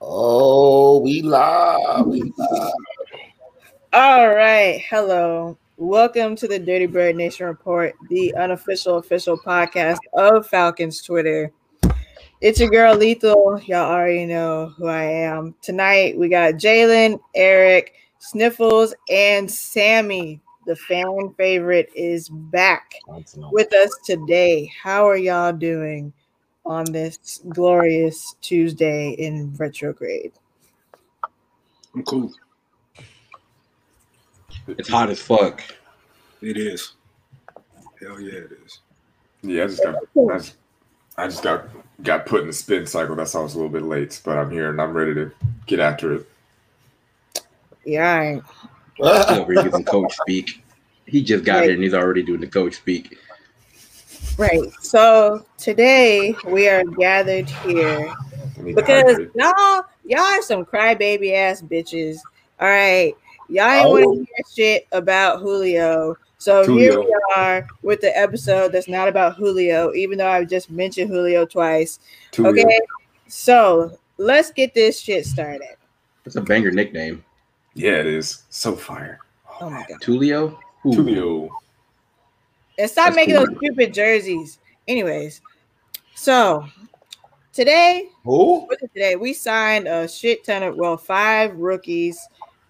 Oh, we live. We live. All right. Hello. Welcome to the Dirty Bird Nation Report, the unofficial official podcast of Falcons Twitter. It's your girl Lethal. Y'all already know who I am. Tonight we got Jalen, Eric, Sniffles, and Sammy. The fan favorite is back with us today. How are y'all doing on this glorious Tuesday in retrograde? I'm cool. It's hot as fuck. It is. Hell yeah, it is. Yeah, I just got I just, I just got got put in the spin cycle. That's why I was a little bit late, but I'm here and I'm ready to get after it. Yeah, I ain't- Uh, Still reading some coach speak. He just got Right. here and he's already doing the coach speak. right. So today we are gathered here I need to because hydrate. y'all y'all are some crybaby ass bitches. All right, y'all ain't Oh. want to hear shit about Julio. So here Julio. we are with the episode that's not about Julio, even though I just mentioned Julio twice. Two okay, years. so let's get this shit started. That's a banger nickname. Yeah, it is. So fire. Oh my god! Tulio? Ooh. Tulio. And stop That's making cool. those stupid jerseys. Anyways, so today Who? what is it today? We signed a shit ton of well, five rookies,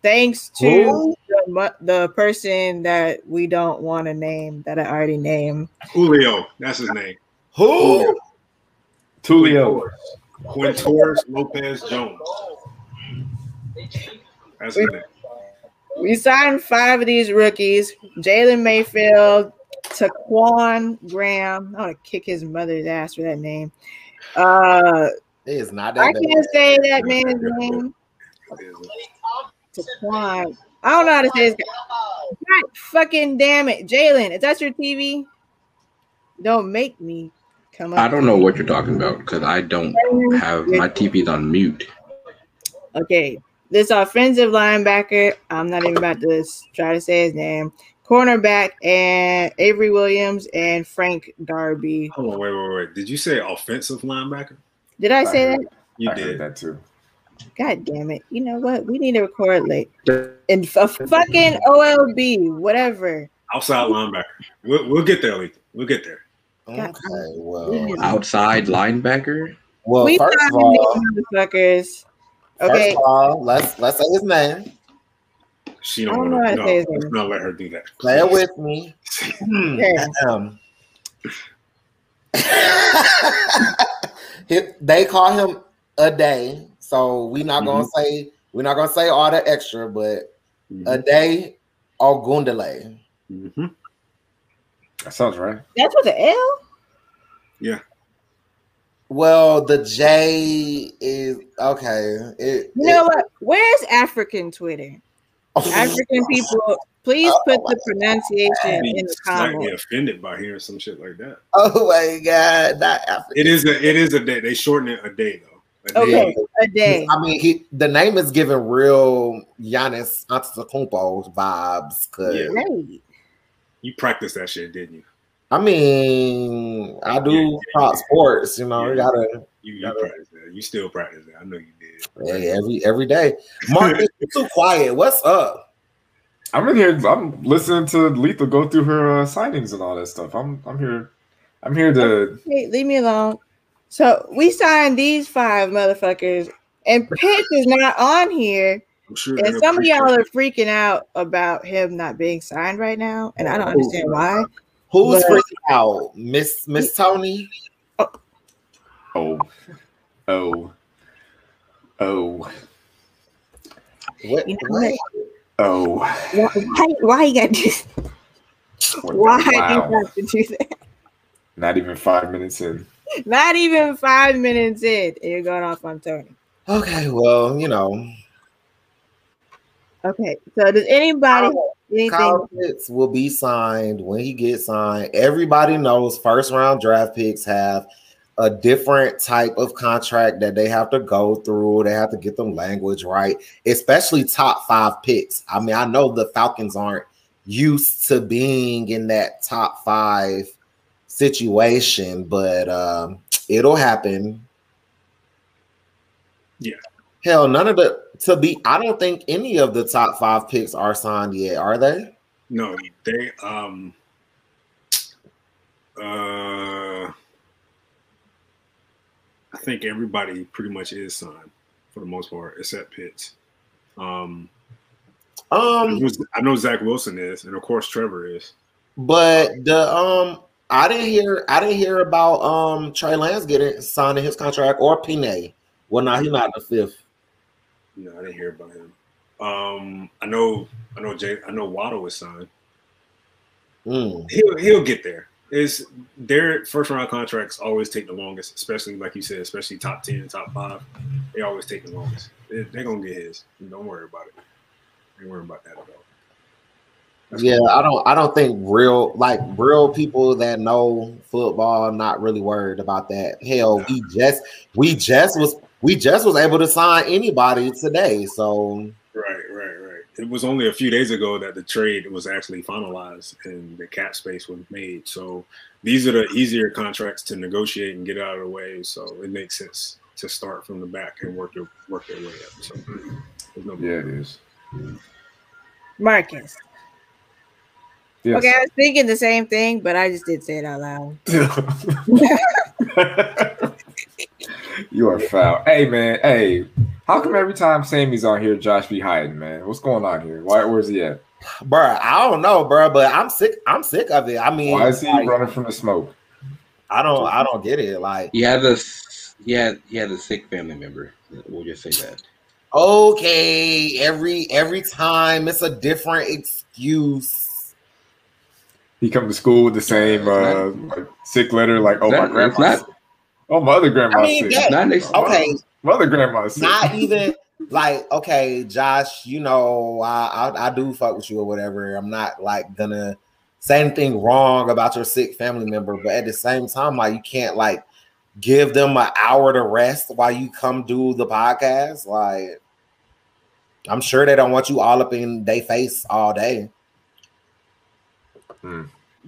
thanks to Who? the, mu- the person that we don't want to name that I already named. Julio, that's his name. Who? Tulio. Quintores Lopez Jones. That's his name. We signed five of these rookies: Jalen Mayfield, Taquan Graham. I want to kick his mother's ass for that name. Uh, It is not I that bad. can't say that man's name. It is. Taquan. I don't know how to say his God fucking damn it, Jalen! Is that your TV? Don't make me come up. I don't know what you're talking about because I don't have my TV's on mute. Okay, this offensive linebacker. I'm not even about to s- try to say his name. Cornerback and Avery Williams and Frank Darby. Hold on, wait, wait, wait. Did you say offensive linebacker? Did I say I that? heard- You I heard did. that too. God damn it! You know what? We need to record late. And f- a fucking OLB, whatever. Outside linebacker. We'll, we'll get there, Lee. We'll get there. Okay, Oh, well, We Outside linebacker? well first of signed all, these motherfuckers. first Okay, of all, let's let's say his name. She I don't don't know want how to. to say No, his let's name. not let her do that. Play it with me. okay. Um, He- they call him a day, so we're not gonna say we're not gonna say all the extra, but a day or Gundale. Mm-hmm. That sounds right. That's with the L. Well, the J is okay. It, You know what? Where's African Twitter? African people, please Oh, put the pronunciation in the Might be comments. offended by hearing some shit like that. Oh my god, not African. It is a it is a day. They shorten it a day though. A day. Okay, a day. I mean, he, the name is giving real Giannis Antetokounmpo vibes. Cause Yeah. Great. You practiced that shit, didn't you? I mean, I do Yeah, yeah, talk yeah. sports. You know, you Yeah. gotta You, you Yeah. practiced that. You still practice that. I know you did. Hey, every every day. Marcus, you're too quiet. What's up? I'm in here. I'm listening to Lethal go through her uh, signings and all that stuff. I'm I'm here. I'm here to Hey, leave me alone. So we signed these five motherfuckers, and Pitts is not on here. I'm sure. And they're some of y'all are appreciative. freaking out about him not being signed right now, and I Oh. don't understand why. Who's Well- freaking out? Miss Miss Tony? oh oh oh What, You know what? oh. Why? Why you got to? What the- Why you wow. have to do that? Not even five minutes in. Not even five minutes in, and you're going off on Tony. Okay, well, you know, Okay, so does anybody have anything? Kyle Pitts will be signed when he gets signed. Everybody knows first round draft picks have a different type of contract that they have to go through. They have to get them language right, especially top five picks. I mean, I know the Falcons aren't used to being in that top five situation, but um, it'll happen. Yeah. Hell, none of the to be, I don't think any of the top five picks are signed yet, are they? No, they um uh I think everybody pretty much is signed for the most part, except Pitts. Um, I Um, know- I know Zach Wilson is, and of course Trevor is. but the um, I didn't hear, I didn't hear about um Trey Lance getting signing his contract or Pinay. Well, now he's not the fifth. No, I didn't hear about him. Um, I know, I know, Jay, I know Waddle is signed. Mm, He'll he'll get there. Is their first round contracts always take the longest, especially like you said, especially top ten, top five. They always take the longest. They, are gonna get his. Don't worry about it. Don't worry about that at all. yeah, I don't, I don't think real like real people that know football not really worried about that. Hell, we just, we just was, we just was able to sign anybody today, so. Right, right, right. It was only a few days ago that the trade was actually finalized and the cap space was made. So these are the easier contracts to negotiate and get out of the way. So it makes sense to start from the back and work your work your way up. So there's no Yeah, it is. Marcus. Yes. Okay, I was thinking the same thing, but I just didn't say it out loud. you are foul. Hey man, hey. How come every time Sammy's on here, Josh be hiding, man? What's going on here? Why where's he at? Bruh, I don't know, bruh, but I'm sick. I'm sick of it. I mean, Why is he like, running from the smoke? I don't. I don't get it. Like, He had a s- he had he had a sick family member. We'll just say that. okay, every every time it's a different excuse. He come to school with the same uh That's like, sick letter, like oh my That- that's grandma's not- sick. Oh my other I grandma's mean, sick. yeah. Not an excuse. Okay, My other grandma's sick. not even like okay, Josh. You know, I, I I do fuck with you or whatever. I'm not like gonna say anything wrong about your sick family member, but at the same time, like you can't like give them an hour to rest while you come do the podcast. Like, I'm sure they don't want you all up in their face all day.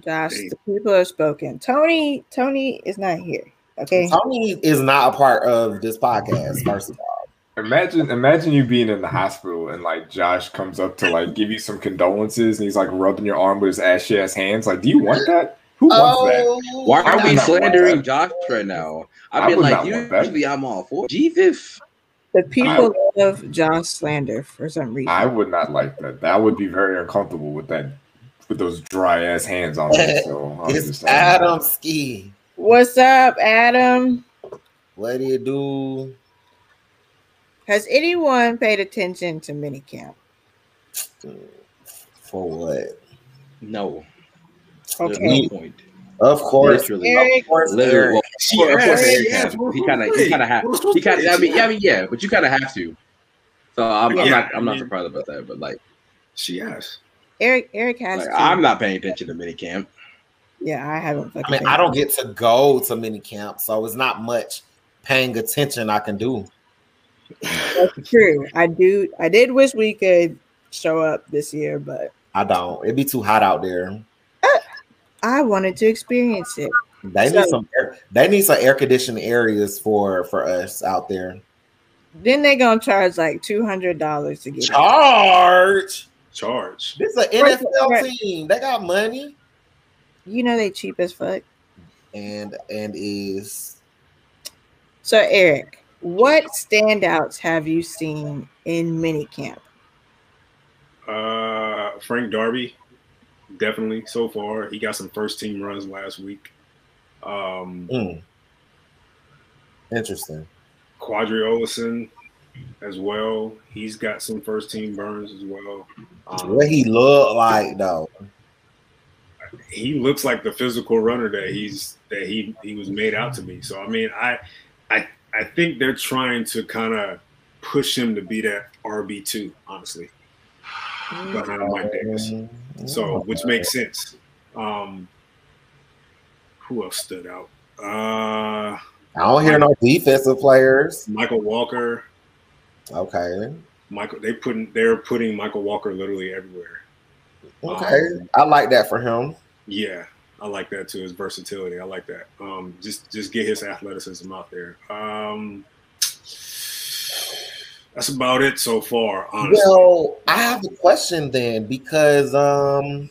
Josh, Hey. the people have spoken. Tony, Tony is not here. Okay. Tony is not a part of this podcast, first of all. Imagine, imagine you being in the hospital and like Josh comes up to like give you some condolences and he's like rubbing your arm with his ashy ass hands. Like, do you want that? Who wants Oh, that? Why I are would we not want slandering that. Josh right now? I I've been would not like, want that. usually I'm all for Jesus. The people love Josh Slander for some reason. I would not like that. That would be very uncomfortable with that, with those dry ass hands on me. So I'm It's just like, Adam Ski. What's up, Adam? What do you do? Has anyone paid attention to minicamp? For what? No. There's Okay. no point. Of course. Literally. Eric, Of course, Literally, Eric. well, She well, of course asked- Eric she has asked to. for He kind of, free. he kind of have, For he kind free. of. I mean, yeah, I mean, yeah, but you kind of have to. So I'm, I'm Yeah, not, I'm I not mean- surprised about that. But like, She asked. Eric, Eric has. like to. I'm not paying attention to minicamp. Yeah, I haven't. I fucking mean, paid I don't get to go to mini camp, so it's not much paying attention I can do. That's true. I do. I did wish we could show up this year, but I don't. It'd be too hot out there. I wanted to experience it. They So- need some air, they need some air conditioned areas for for us out there. Then they gonna charge like two hundred dollars to get it. Charge. Charge. This is an Right, right. NFL team. They got money You know they cheap as fuck. and and is So Eric, what standouts have you seen in minicamp? Uh, Frank Darby, definitely so far. He got some first team runs last week. Um, Mm. Interesting. Quadri Olison as well. He's got some first team burns as well. Um, What he look like though? he looks like the physical runner that he's that he he was made out to be. So I mean, I I I think they're trying to kind of push him to be that RB two, honestly, Uh, behind Mike Davis. So which makes sense. Um, who else stood out? Uh, I don't hear no defensive players. Michael Walker. Okay. Michael, they putting they're putting Michael Walker literally everywhere. Okay. Um, I like that for him. Yeah, I like that too. His versatility, I like that. Um, just just get his athleticism out there. Um, That's about it so far, honestly. Well, I have a question then because um,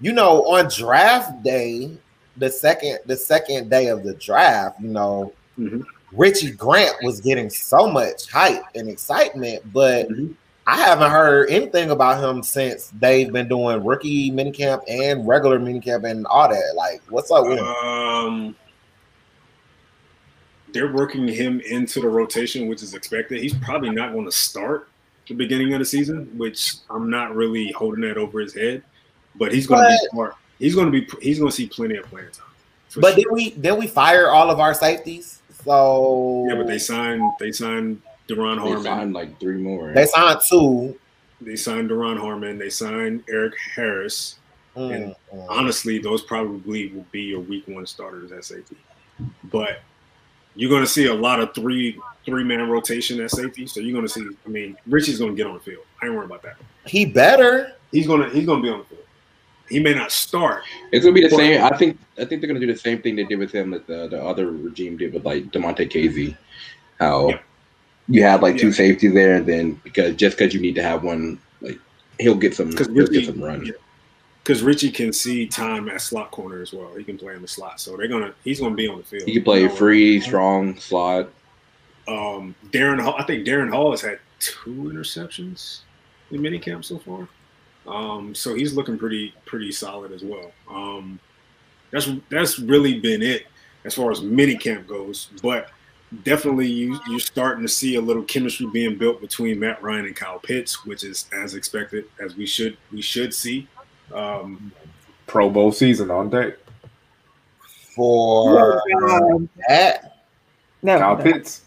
you know, on draft day, the second the second day of the draft, you know, Mhm. Richie Grant was getting so much hype and excitement, but Mhm. I haven't heard anything about him since they've been doing rookie minicamp and regular minicamp and all that. Like, what's up with him? Um, they're working him into the rotation, which is expected. He's probably not going to start the beginning of the season, which I'm not really holding that over his head. But he's going to be smart. He's going to be. He's going to see plenty of playing time. for But sure. then we then we fire all of our safeties. So yeah, but they signed. They signed Deron They Harmon. signed like three more. they signed two. They signed Deron Harmon. They signed Eric Harris. Mm, mm. honestly, those probably will be your week one starters at safety. But you're going to see a lot of three three man rotation at safety. So you're going to see. I mean, Richie's going to get on the field. I ain't worried about that. He better. He's going to he's going to be on the field. He may not start. It's gonna be the same. I think. I think they're gonna do the same thing they did with him that the, the other regime did with like Demonte Casey. How Yeah. you had like two Yeah. safeties there, and then because just because you need to have one, like he'll get some. 'Cause He'll Richie- get some run. yeah. Because Richie can see time at slot corner as well. He can play in the slot, so they're gonna. He's gonna be on the field. He can play You know, free, strong slot. Um, Darren, Hall, I think Darren Hall has had two interceptions in minicamp so far. Um, so he's looking pretty pretty solid as well. Um, that's that's really been it as far as minicamp goes. But definitely, you you're starting to see a little chemistry being built between Matt Ryan and Kyle Pitts, which is as expected as we should we should see. Um, Pro Bowl season on deck. for God. that. No, Kyle no. Pitts.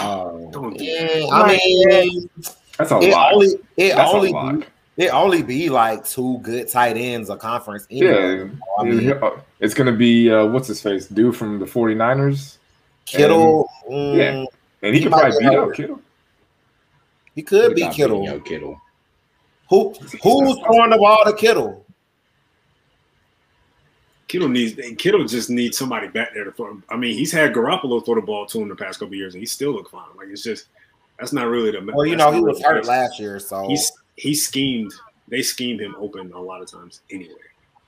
Oh, don't do that. yeah, I mean, That's a it lot. only it That's only a lot. be, it only be like two good tight ends a conference. Anyway. Yeah. I mean, It's going to be, uh, what's his face? Dude from the 49ers. Kittle, yeah. mm, And he, He can might get probably beat hurt. out Kittle. he could be Without Kittle. Daniel Kittle. Who who's throwing the ball to Kittle? Kittle needs Kittle just needs somebody back there to throw. I mean, he's had Garoppolo throw the ball to him the past couple years, and he still looked fine. Like it's just that's not really the. Well, you know that's not he was really hurt the- last year, so He's he schemed. They schemed him open a lot of times anyway.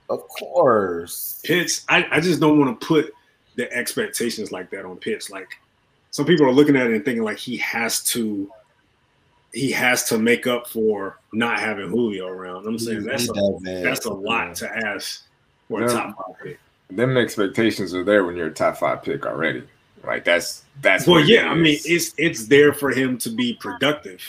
of course. Pitts, I, I just don't want to put the expectations like that on Pitts. Like some people are looking at it and thinking like he has to he has to make up for not having Julio around. I'm saying that's He a, doesn't. that's a lot to ask for a Yeah. top five pick. Them expectations are there when you're a top five pick already. Like, that's, that's, Well, what it yeah, I mean, is. it's it's there for him to be productive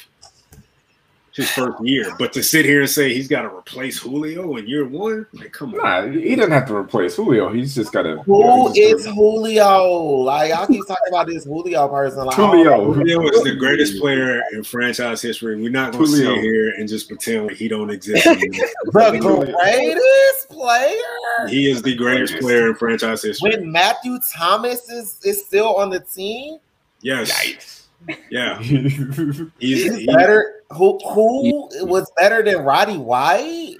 his first year, but to sit here and say he's got to replace Julio in year one, like, come on, Nah, he doesn't have to replace Julio. He's just got to. Who is Julio? Like y'all keep talking about this Julio person. Like, oh, Julio? Julio is the greatest player in franchise history. We're not going to sit Julio. here and just pretend like he don't exist. anymore. oh, the greatest player. he is the greatest player in franchise history. When Matthew Thomas is, is still on the team, Yes, Yikes. yeah, yes. he's he's he, better. Who who was better than Roddy White?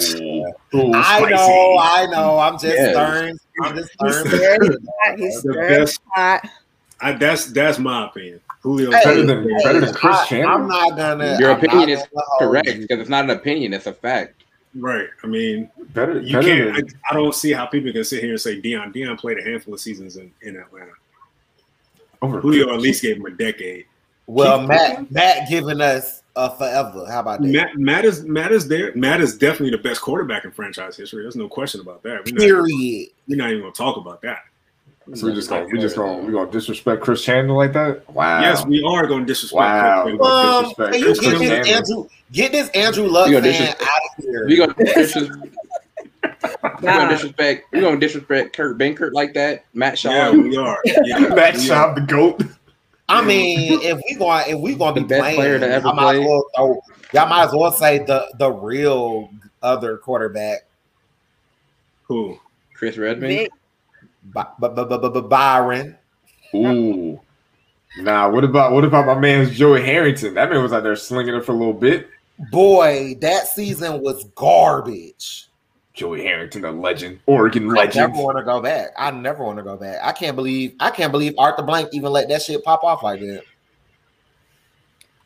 I spicy. know, I know. I'm just Yes. stern. I'm just stern. Yeah, he's hot. He's the very best. hot. I, that's that's my opinion. Julio, Hey, better than better than Chris I, am Chandler. not gonna. Your I'm not opinion is gonna hold Correct, you. because it's not an opinion; it's a fact. right? I mean, better You better can't. than I, I don't see how people can sit here and say Dion. Dion played a handful of seasons in, in Atlanta. over Julio at least gave him a decade. Well, Keith Griffin? Matt, Matt giving us a forever. How about that? Matt, Matt is Matt is there. Matt is definitely the best quarterback in franchise history. There's no question about that. We're not, Period. we're not even gonna talk about that. So we just gonna we just gonna we gonna disrespect Chris Chandler like that? Wow. Yes, we are gonna disrespect. Wow. Chris Paul. Um, disrespect. can you Chris get this Chandler. Andrew, get this Andrew Luck You fan gonna out disrespect- of here? We gonna disrespect. we Nah. gonna disrespect. We gonna disrespect Kurt Bankert like that. Matt Shaw. Yeah, we are. Yeah, Matt we Schaub, the goat. I mean, if we going if we gonna The be best playing, player to ever y'all might as play. well throw, y'all might as well say the the real other quarterback, Who? Chris Redman. Vic, By- By- By- By- By- Byron. Ooh. Nah, what about what about my man's Joey Harrington? That man was out there slinging it for a little bit. Boy, that season was garbage. Joey Harrington, a legend, Oregon I never legend. want to go back. I never want to go back. I can't believe I can't believe Arthur Blank even let that shit pop off like that.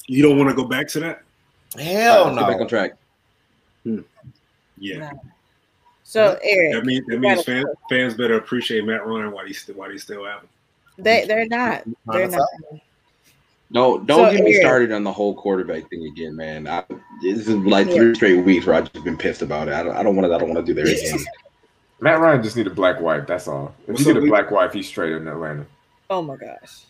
You don't want to go back to that? Hell Let's get back no. on track. Yeah. So Eric, That means that you means gotta- fans, fans better appreciate Matt Ryan while he's still while he's still out. they they're not. They're not. No, don't So, get me Aaron- started on the whole quarterback thing again, man. I, this is like three straight weeks where I've just been pissed about it. I don't, I don't want to. I don't want to do there again. Matt Ryan just need a black wife. That's all. If What's you get a up, Lee? black wife, he's straight in Atlanta. Oh my gosh.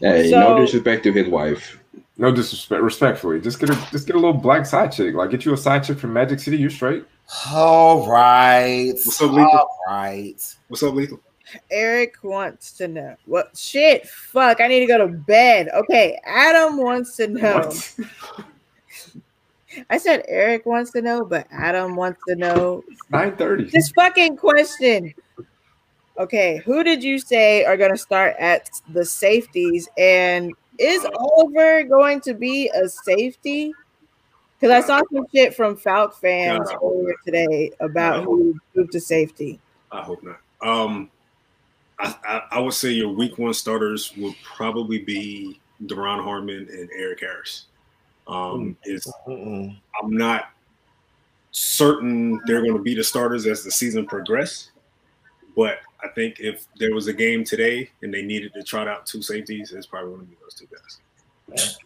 Hey, So- no disrespect to his wife. No disrespect, respectfully, just get a just get a little black side chick. Like get you a side chick from Magic City. You're straight. All right. What's up, Lethal? All right. What's up, Lethal? Eric wants to know what shit. Fuck, I need to go to bed. Okay, Adam wants to know. What? I said Eric wants to know, but Adam wants to know Nine thirty. this fucking question. Okay, who did you say are going to start at the safeties? And is Uh, Oliver going to be a safety? Because I saw some shit from Falcon fans God. earlier today about who moved to safety. I hope not. Um, I, I I would say your week one starters will probably be Deron Harmon and Eric Harris. Hmm. Um, it's Mm-mm. I'm not certain they're going to be the starters as the season progresses. But I think if there was a game today and they needed to trot out two safeties, it's probably going to be those two guys.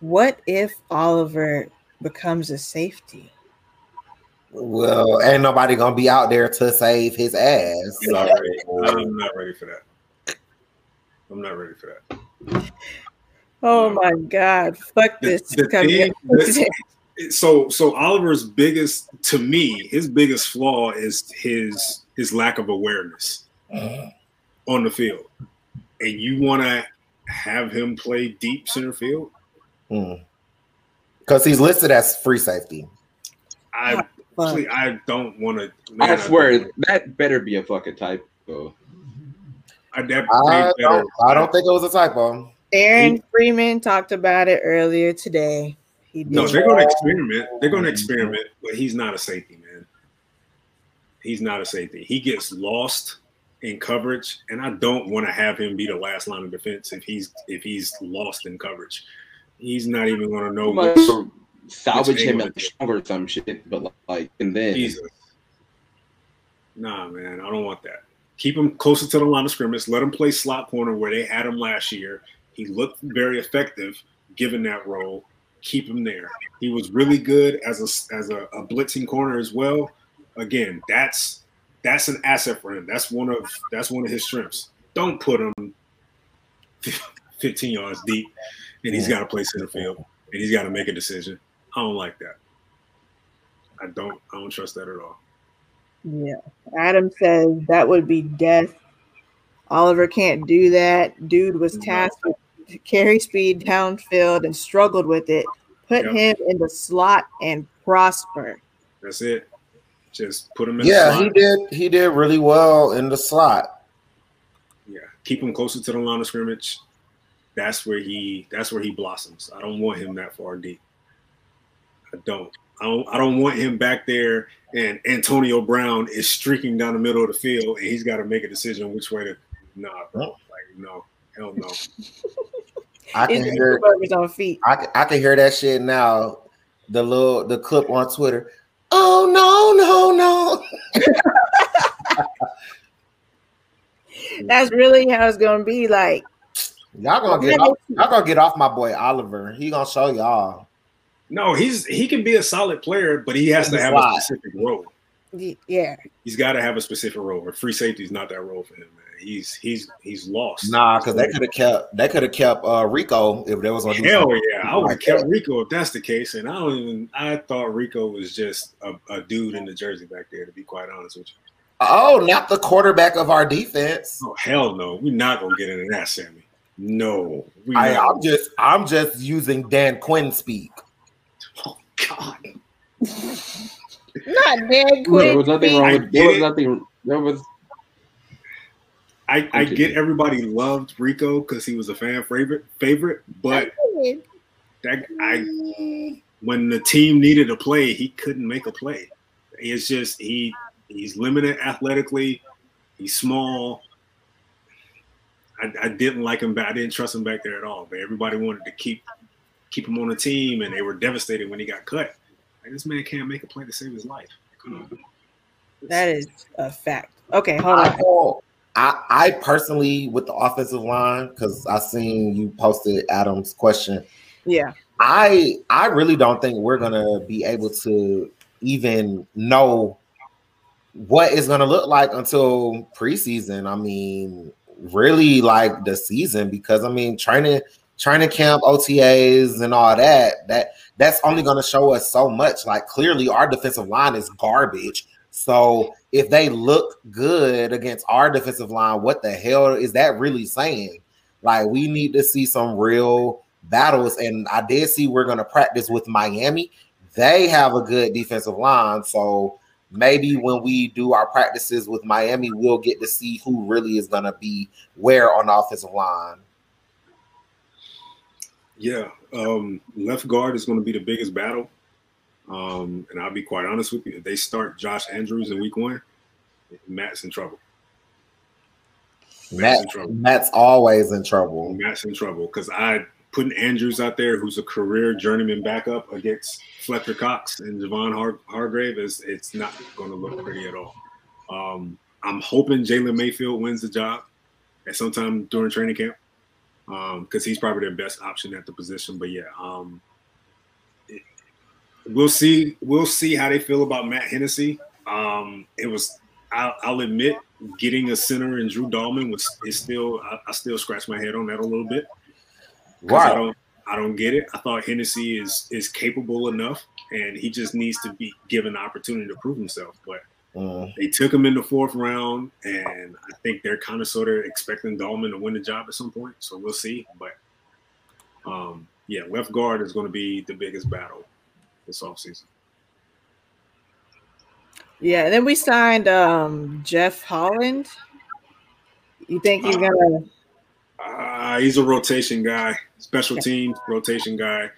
What if Oliver becomes a safety? Well, ain't nobody gonna be out there to save his ass. I'm not ready. I'm not ready for that. I'm not ready for that. Oh No. my God! Fuck The- this. the thing- this- So, so Oliver's biggest, to me, his biggest flaw is his his lack of awareness. on the field and you want to have him play deep center field, Because Hmm. he's listed as free safety. I Fuck. please, I don't want to. I swear that better be a fucking typo. I I, that played better. don't, I don't think it was a typo. Aaron Freeman talked about it earlier today. He did. No, they're going to experiment. They're going to experiment, but he's not a safety man. He's not a safety. He gets lost in coverage, and I don't want to have him be the last line of defense if he's if he's lost in coverage. He's not even going to know. Like, what- salvage Which him angle? at strong or some shit, but like, and then Jesus. Nah, man, I don't want that. Keep him closer to the line of scrimmage. Let him play slot corner where they had him last year. He looked very effective given that role. Keep him there. He was really good as a as a, a blitzing corner as well. Again, that's that's an asset for him. That's one of that's one of his strengths. Don't put him 15 yards deep, and he's got to play center field, and he's got to make a decision. I don't like that. I don't I don't trust that at all. Yeah. Adam says that would be death. Oliver can't do that. Dude was No. tasked with carry speed downfield and struggled with it. Put Yeah. him in the slot and prosper. That's it. Just put him in the Yeah, slot. he did. He did really well in the slot. Yeah, keep him closer to the line of scrimmage. That's where he. That's where he blossoms. I don't want him that far deep. I don't. I don't. I don't want him back there. And Antonio Brown is streaking down the middle of the field, and he's got to make a decision which way to. Nah, bro. Like no, hell no. I can It's hear. Superburbs on feet. I can, I can hear that shit now. The little the clip on Twitter. Oh no no no! That's really how it's gonna be. Like Y'all gonna get off, y'all gonna get off my boy Oliver. He gonna show y'all. No, he's he can be a solid player, but he has to have a Slide. specific role. y- yeah. He's got to have a specific role. And free safety is not that role for him, man. He's he's he's lost. Nah, because they could have kept they could have kept uh, Rico if they was gonna do Hell something. yeah, I would have kept Rico if that's the case. And I don't even. I thought Rico was just a, a dude in the jersey back there. To be quite honest with you. Oh, not the quarterback of our defense. Oh hell no, we're not gonna get into that, Sammy. No, we. I, not. I'm just I'm just using Dan Quinn speak. oh God, Not dead there quick. was nothing wrong. I With, there was get it. nothing. There was I, I Continue. get everybody loved Rico because he was a fan favorite. Favorite, but that I when the team needed a play, he couldn't make a play. It's just he he's limited athletically. He's small. I, I didn't like him back. I didn't trust him back there at all. But everybody wanted to keep keep him on the team, and they were devastated when he got cut. Like, this man can't make a play to save his life. Come on. That is a fact. Okay, hold I, on. thought- I, I personally, with the offensive line, because I seen you posted Adam's question. Yeah. I I really don't think we're gonna be able to even know what it's gonna look like until preseason. I mean, really like the season because I mean training training camp, OTAs, and all that that that's only gonna show us so much. Like clearly our defensive line is garbage. So if they look good against our defensive line, what the hell is that really saying? Like we need to see some real battles. And I did see we're going to practice with Miami. They have a good defensive line. So maybe when we do our practices with Miami, we'll get to see who really is going to be where on the offensive line. Yeah, um, left guard is going to be the biggest battle. Um, and I'll be quite honest with you, if they start Josh Andrews in week one, Matt's in trouble. Matt's in Matt, trouble. Matt's always in trouble. Matt's in trouble because I putting Andrews out there, who's a career journeyman backup, against Fletcher Cox and Javon Har- Hargrave is it's not going to look pretty at all. Um, I'm hoping Jalen Mayfield wins the job at some time during training camp because he's probably their best option at the position. But yeah, um, it- we'll see. We'll see how they feel about Matt Hennessy. Um, it was. I'll, I'll admit getting a center and Drew Dahlman was is still I, I still scratch my head on that a little bit. 'Cause I Right. don't I don't get it. I thought Hennessy is is capable enough and he just needs to be given the opportunity to prove himself. But Mm. they took him in the fourth round and I think they're kind of sort of expecting Dahlman to win the job at some point. So we'll see. But um yeah, left guard is gonna be the biggest battle this offseason. Yeah. And then we signed um Jeff Holland. You think he's gonna Uh, he's a rotation guy, special teams rotation guy.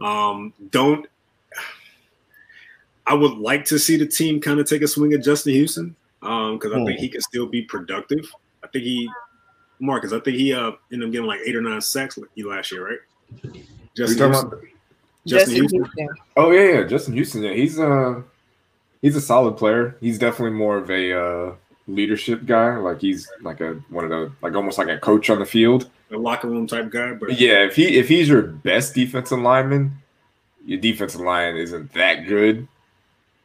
Um, don't. I would like to see the team kind of take a swing at Justin Houston because I think he can still be productive. I think he, Marcus, I think he uh, ended up getting like eight or nine sacks like he last year, right? Justin talking Houston. Justin Justin Houston. Houston. Oh yeah, yeah, Justin Houston. Yeah, he's a he's a solid player. He's definitely more of a uh, leadership guy. Like he's like a one of the like almost like a coach on the field. a locker room type guy, but But yeah, if he if he's your best defensive lineman, your defensive line isn't that good.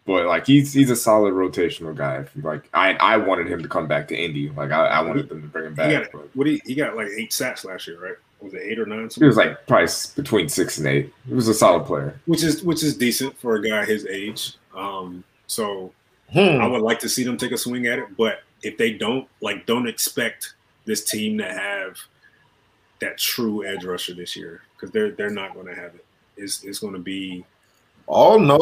But like he's he's a solid rotational guy. Like I I wanted him to come back to Indy. Like I, I wanted them to bring him Yeah. back. But what he, he got like eight sacks last year, right? Was it eight or nine? he was like probably s- between six and eight. He was a solid player. which is which is decent for a guy his age. Um, so Hmm. I would like to see them take a swing at it, but if they don't, like, don't expect this team to have that true edge rusher this year because they're they're not going to have it. It's it's going to be Oh no,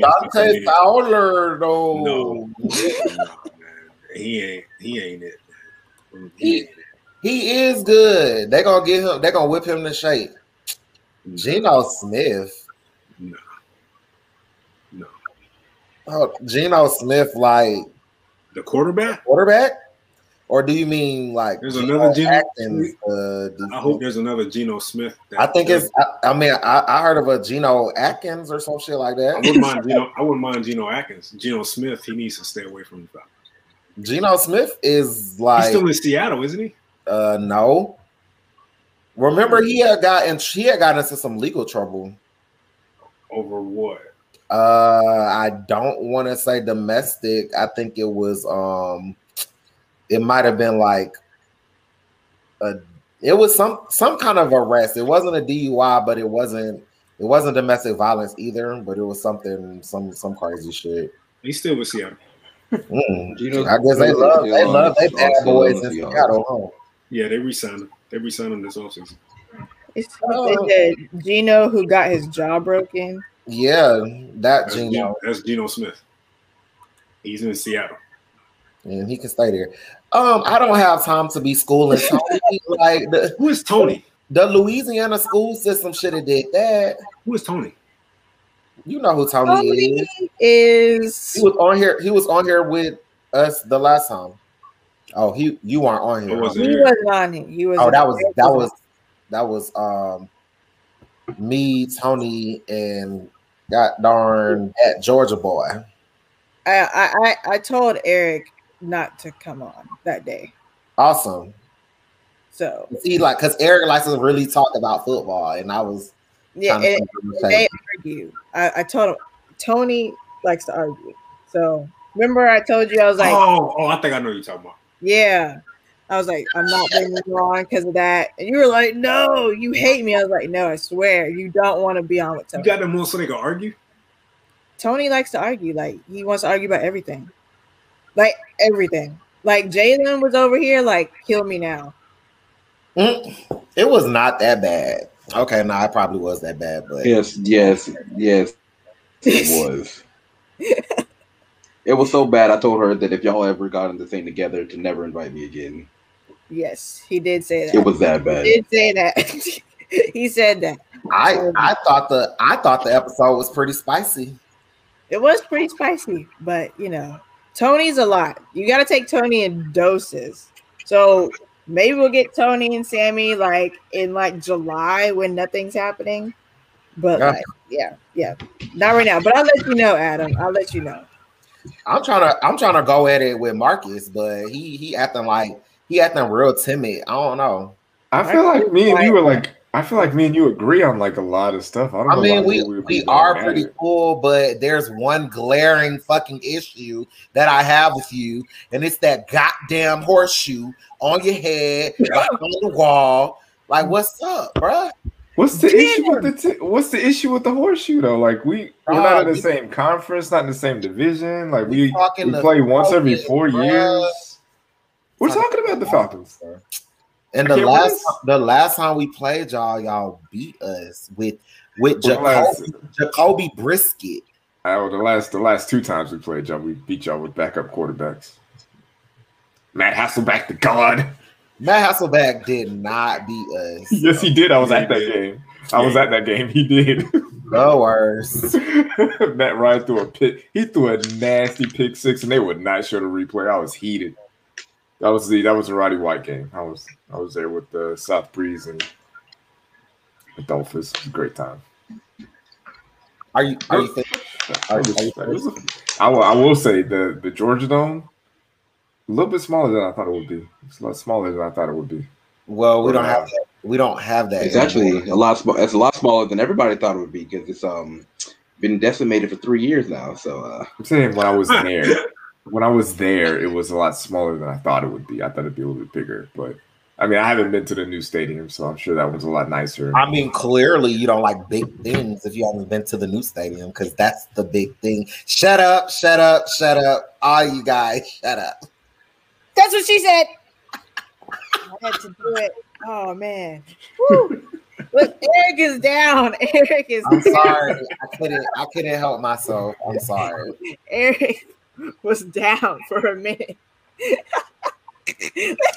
Dante Comedian. Fowler though. no, Nah, man. he ain't he ain't it. man. He ain't it. He is good. They're gonna get him, they're gonna whip him to shape. Geno Smith. No. No. Oh, Geno Smith, like The quarterback. quarterback, or do you mean like There's another Geno Atkins? Uh, I hope there's another Geno Smith. that- I think it's. I, I mean, I, I heard of a Geno Atkins or some shit like I that. wouldn't mind Geno. I wouldn't mind Geno Atkins. Geno Smith. He needs to stay away from the Falcons. Geno Smith is He's like still in Seattle, isn't he? uh no. Remember, he had got and he had got into some legal trouble. Over what? Uh, I don't want to say domestic. I think it was um, it might have been like a it was some some kind of arrest. It wasn't a DUI, but it wasn't it wasn't domestic violence either. But it was something some some crazy shit. He's still with Seattle. Mm. Do you I guess they love they love they bad boys in Seattle. Yeah, they re-signed him. They re-signed him this offseason. It's, Oh. they said Gino who got his jaw broken. Huh? Yeah, that That's Gino, Geno. That's Geno Smith. He's in Seattle. and he can stay there. Um, I don't have time to be schooling. Tony. like the, Who is Tony? The Louisiana school system should have did that. Who is Tony? You know who Tony, Tony is. He Oh, is was on here. He was on here with us the last time. Oh, he you weren't on I here. wasn't. huh? He wasn't on him. He was. Oh, that was that was that was um me, Tony, and god darn that Georgia boy. I, I I I told Eric not to come on that day. Awesome. So See, like, cause Eric likes to really talk about football, and I was yeah, kinda and thinking the and same. they argue. I, I told him Tony likes to argue. So remember, I told you I was like, oh, oh, I think I know what you're talking about. yeah. I was like, I'm not bringing you on because of that. And you were like, no, you hate me. I was like, no, I swear, you don't want to be on with You Tony. got them on so they can argue. Tony likes to argue. Like he wants to argue about everything, like everything. Like Jalen was over here, like kill me now. Mm, it was not that bad. Okay, no, it probably was that bad, but Yes, yes, yes, it was. it was so bad. I told her that if y'all ever got in the thing together, to never invite me again. yes, he did say that. It was that bad. He did say that. he said that. I I thought the I thought the episode was pretty spicy. It was pretty spicy, but you know, Tony's a lot. You got to take Tony in doses. So maybe we'll get Tony and Sammy like in like July when nothing's happening. But Yeah. like, yeah, yeah, not right now. But I'll let you know, Adam. I'll let you know. I'm trying to I'm trying to go at it with Marcus, but he he acting like he acting real timid. I don't know. I feel like me and you were like. I feel like me and you agree on like a lot of stuff. I don't. I know mean, why we would we be are mad pretty at it. cool, but there's one glaring fucking issue that I have with you, and it's that goddamn horseshoe on your head behind the wall. Like, what's up, bruh? What's the Damn. issue with the t- What's the issue with the horseshoe though? Like we we're Dog, not in we- the same conference, not in the same division. Like We we talking we the play once every Falcons, four bruh. years. We're talking about the Falcons. And I the can't last wait. the last time we played y'all, y'all beat us with with The last, Jacoby, Jacoby Brisket. oh, the last the last two times we played y'all, we beat y'all with backup quarterbacks. Matt Hasselback, the god. Matt Hasselback did not beat us. Yes, he did. I was Yeah, at he that did. game. I was at that game. He did. The worst. Matt Ryan threw a pick. He threw a nasty pick six, and they would not show the replay. I was heated. That was the that was the Roddy White game. I was I was there with the South Breeze and Adolphus. It was a great time. Are you are you thinking I, was, I, was, I, will, I will say the the Georgia Dome a little bit smaller than I thought it would be. It's a lot smaller than I thought it would be. well we don't have that we don't have that It's actually a lot. Sm- it's a lot smaller than everybody thought it would be because it's um been decimated for three years now. So uh, I'm saying when I was there, when I was there, it was a lot smaller than I thought it would be. I thought it'd be a little bit bigger, but I mean, I haven't been to the new stadium, so I'm sure that one's a lot nicer. I mean, clearly you don't like big things if you haven't been to the new stadium because that's the big thing. Shut up, shut up, shut up. All you guys, shut up. That's what she said. I had to do it. Oh man. Woo. Look, Eric is down. Eric is I'm sorry. I couldn't I couldn't help myself. I'm sorry. Eric was down for a minute.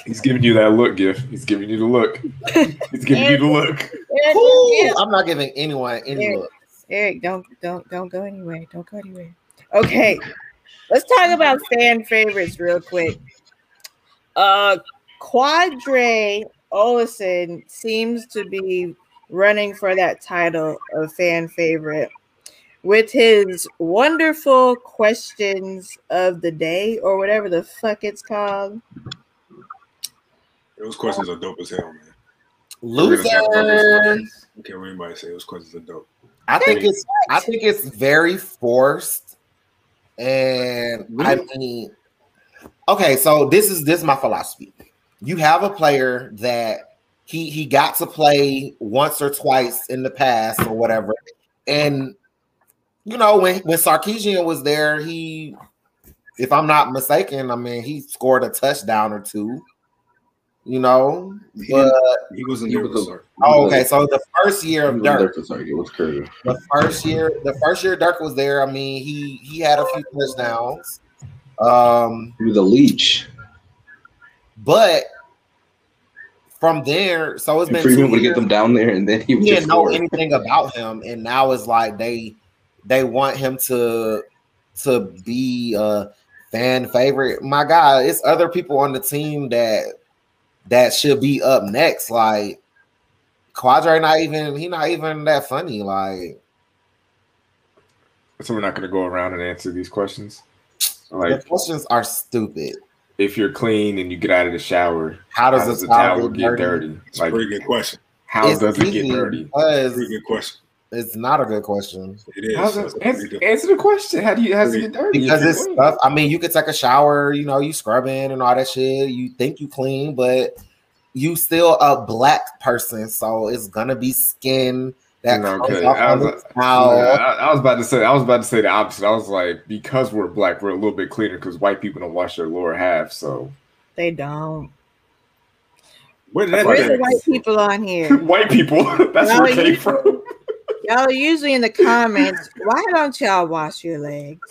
He's giving you that look gift. He's giving you the look. He's giving you the look. Eric, was Whew, down. I'm not giving anyone any look. Eric, don't don't don't go anywhere. Don't go anywhere. Okay. Let's talk about fan favorites real quick. Uh Quadre Olison seems to be running for that title of fan favorite with his wonderful questions of the day or whatever the fuck it's called. Those questions are dope as hell, man. Loser. I can't hear anybody say those questions are dope. I think it's I think it's very forced. And I mean, okay, so this is this is my philosophy. You have a player that he he got to play once or twice in the past or whatever. And you know, when when Sarkeesian was there, he if I'm not mistaken, I mean he scored a touchdown or two, you know. He, But didn't- he wasn't he there was with a- Sark. oh, okay, so the first year of Dirk, Sorry, it was crazy. the first year, the first year Dirk was there, I mean, he he had a few touchdowns. Um, He was a leech. but from there, so it's And been Freeman two would get years, them down there, and then he would we just didn't know score. anything about him, and now it's like they they want him to to be a fan favorite. My God, it's other people on the team that that should be up next. Like Quadre, not even he not even that funny. Like So we're not gonna go around and answer these questions. the Like questions are stupid. if you're clean and you get out of the shower, How how does, does a the towel, towel get dirty? It's a Like pretty good question. how It's does it get easy dirty? Because Pretty good question. it's not a good question. It is. How does- That's a pretty answer, good- answer the question. How do you how does it get dirty? Because if you're it's clean? stuff. I mean, you could take a shower, you know, you scrubbing and all that shit. You think you clean, but you still a black person, so it's gonna be skin that comes Okay, off I on was the towel. Yeah, I, I was about to say I was about to say the opposite. I was like, because we're black, we're a little bit cleaner because white people don't wash their lower half. So They don't. Where did that Where's the come white people on here? white people, that's Well, where it you- came from. Y'all are usually in the comments. Why don't y'all wash your legs?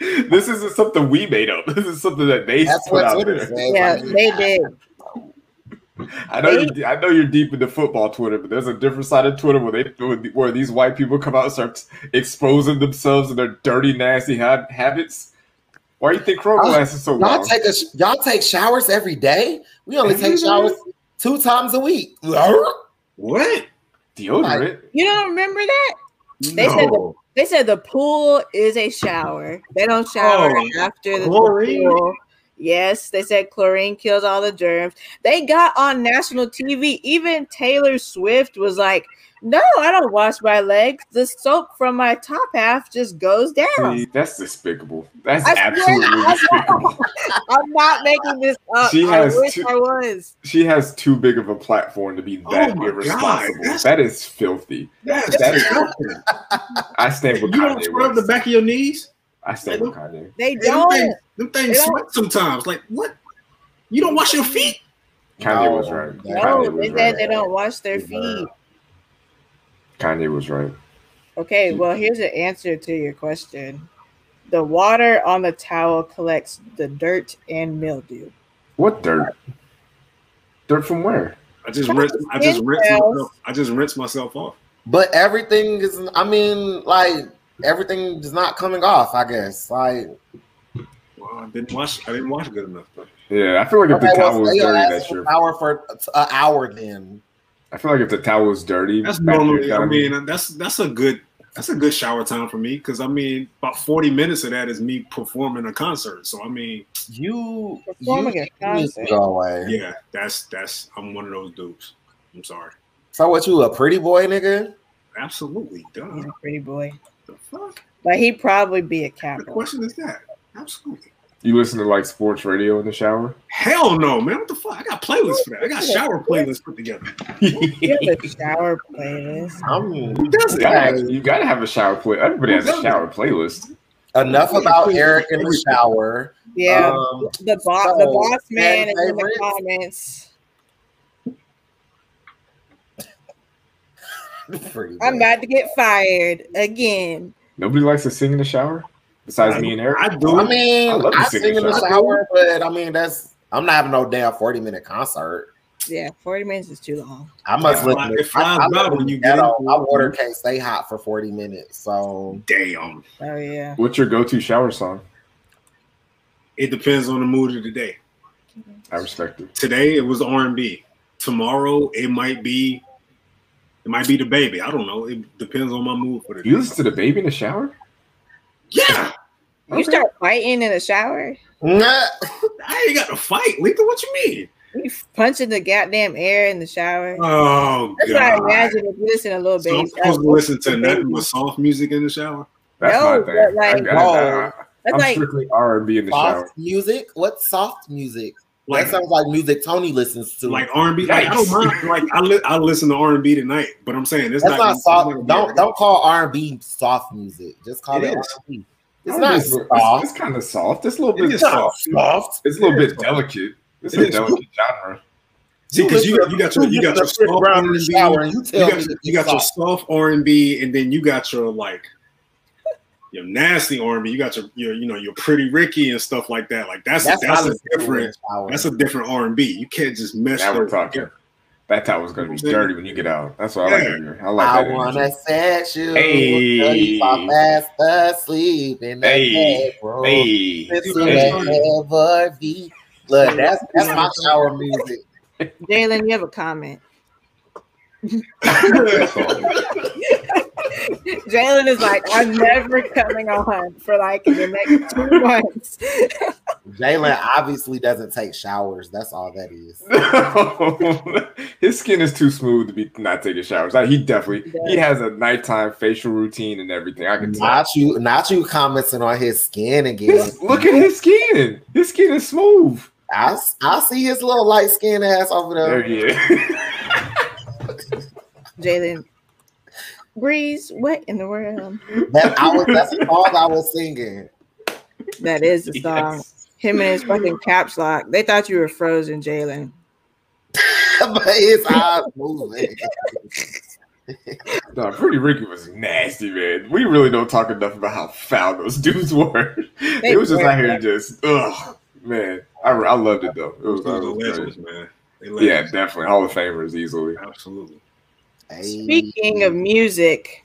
This isn't something we made up. This is something that they That's put what out Twitter there. says. Yeah, I mean, they did. I know you. I know you're deep into football Twitter, but there's a different side of Twitter where they where these white people come out and start exposing themselves and their dirty, nasty ha- habits. Why do you think Kroger Oh, lasted so long? y'all take a sh- y'all take showers every day. We only Every take day? showers two times a week. What? Deodorant. You don't remember that? They said No. They said the pool is a shower. They don't shower Oh, after the, the chlorine. pool. Yes, they said chlorine kills all the germs. They got on national TV. Even Taylor Swift was like, "No, I don't wash my legs. The soap from my top half just goes down. See, that's despicable. That's I swear absolutely to God. despicable. I'm not making this up. She I has wish two- I was." She has too big of a platform to be that Oh my irresponsible. God, that's- That is filthy. That's That's- disgusting. I stand You with don't Kanye. scrub the West. back of your knees? I stand with Kanye. They Hey, them don't. things, them things They don't- sweat sometimes. Like what? You don't wash your feet? Kanye No, was right. no, Kanye No, was they said right. they don't wash their Yeah. feet. Kanye was right. Hmm. Okay, well, here's an answer to your question. The water on the towel collects the dirt and mildew. What dirt? Dirt from where? I just That rinse. is I just rinse incels. myself. I just rinse myself off. But everything is. I mean, like everything is not coming off. I guess. Like Well, I didn't wash. I didn't wash good enough. But Yeah, I feel like if the Okay, well, towel was stay your dirty, ass that's in your. the Shower "Oh, for an hour. Then I feel like if the towel was dirty, that's back to your normally. I economy. mean, that's that's a good. That's a good shower time for me because I mean, about forty minutes of that is me performing a concert. So I mean, you Performing you a need to concert. go away. yeah, that's that's. I'm one of those dudes. I'm sorry. So what? You a pretty boy, nigga? Absolutely, duh. He's a pretty boy. The fuck? Like he'd probably be a The Capricorn. question is that. Absolutely. you listen to like sports radio in the shower. Hell no, man. What the fuck? I got playlists for that. I got shower playlists put together. You have a shower playlist. I'm Who does You it? gotta, you gotta have a shower play. Everybody has a Exactly. shower playlist. enough about Eric in the shower. Uh, Yeah, Um, the boss, the so, boss man fan is in the favorites? comments. pretty boy. I'm about to get fired again. Nobody likes to sing in the shower besides me and Eric. I do. I I mean, love I, to sing sing in the shower. shower, but I mean that's. I'm not having no damn forty minute concert. Yeah, 40 minutes is too long. I must Yeah. look. It flies I, I by look when you at get all. into My it. water can't stay hot for forty minutes, so Damn. Oh yeah. What's your go-to shower song? It depends on the mood of the day. I respect it. Today it was R and B. Tomorrow it might be, it might be the baby. I don't know. It depends on my mood for the You day. listen to the baby in the shower? Yeah, You start fighting in the shower. Nah. I ain't got to fight, Lethal. What you mean? You punching the goddamn air in the shower. Oh That's what I god. imagine if you listen to little So I'm baby. supposed to listen to nothing but soft music in the shower. That's No, my but, thing. like, I, I, I, That's am like strictly R and B in the shower. soft music. What soft music? Like that sounds like music Tony listens to. like R and B. Like I don't mind. Like I li- I listen to R and B tonight, but I'm saying it's That's not it's soft. not- Don't don't call R and B soft music. Just call It it, is. R&B. It's R&B not is- it's- soft. It's, kind of soft. It's a little It bit. It's, is soft. soft. a little It is bit soft. delicate. It's It a is. delicate genre. See, because you got you got your you got your Chris soft Brown in the R&B, shower, and you tell you got, me your- it's you got your soft. soft R and B, and then you got your like your nasty R and B. You got your, your you know your pretty Ricky and stuff like that. Like that's that's, That's, a not different shower. that's a different R and B. You can't just mesh Now we're those talking. together. That towel was gonna be dirty when you get out. That's what I like. to hear. I like I that. wanna energy. set you hey. Hey. fast asleep in the Hey. bedroom. Hey, This will hey. never be. Look, that's that's my shower music. Jalen, you have a comment. That's all. Jalen is like, I'm never coming on for like the next two months. Jalen obviously doesn't take showers. That's all that is. His skin is too smooth to be not taking showers. Like, he definitely he has a nighttime facial routine and everything. I can tell. Not you, not you commenting on his skin again. His- look at his skin. His skin is smooth. I, I see his little light skinned ass over There there. he is. Jalen, Breeze, what in the world? That I was that's all I was singing. That is the song. Yes. Him and his fucking caps lock. They thought you were frozen, Jalen. but his eyes moving. Nah, Pretty Ricky was nasty, man. We really don't talk enough about how foul those dudes were. They it was just were. out here just, ugh, man. I, I loved it though. It was, Those are it was legends, great. man. They yeah, legends. definitely Hall of Famers easily. absolutely. Hey. Speaking of music,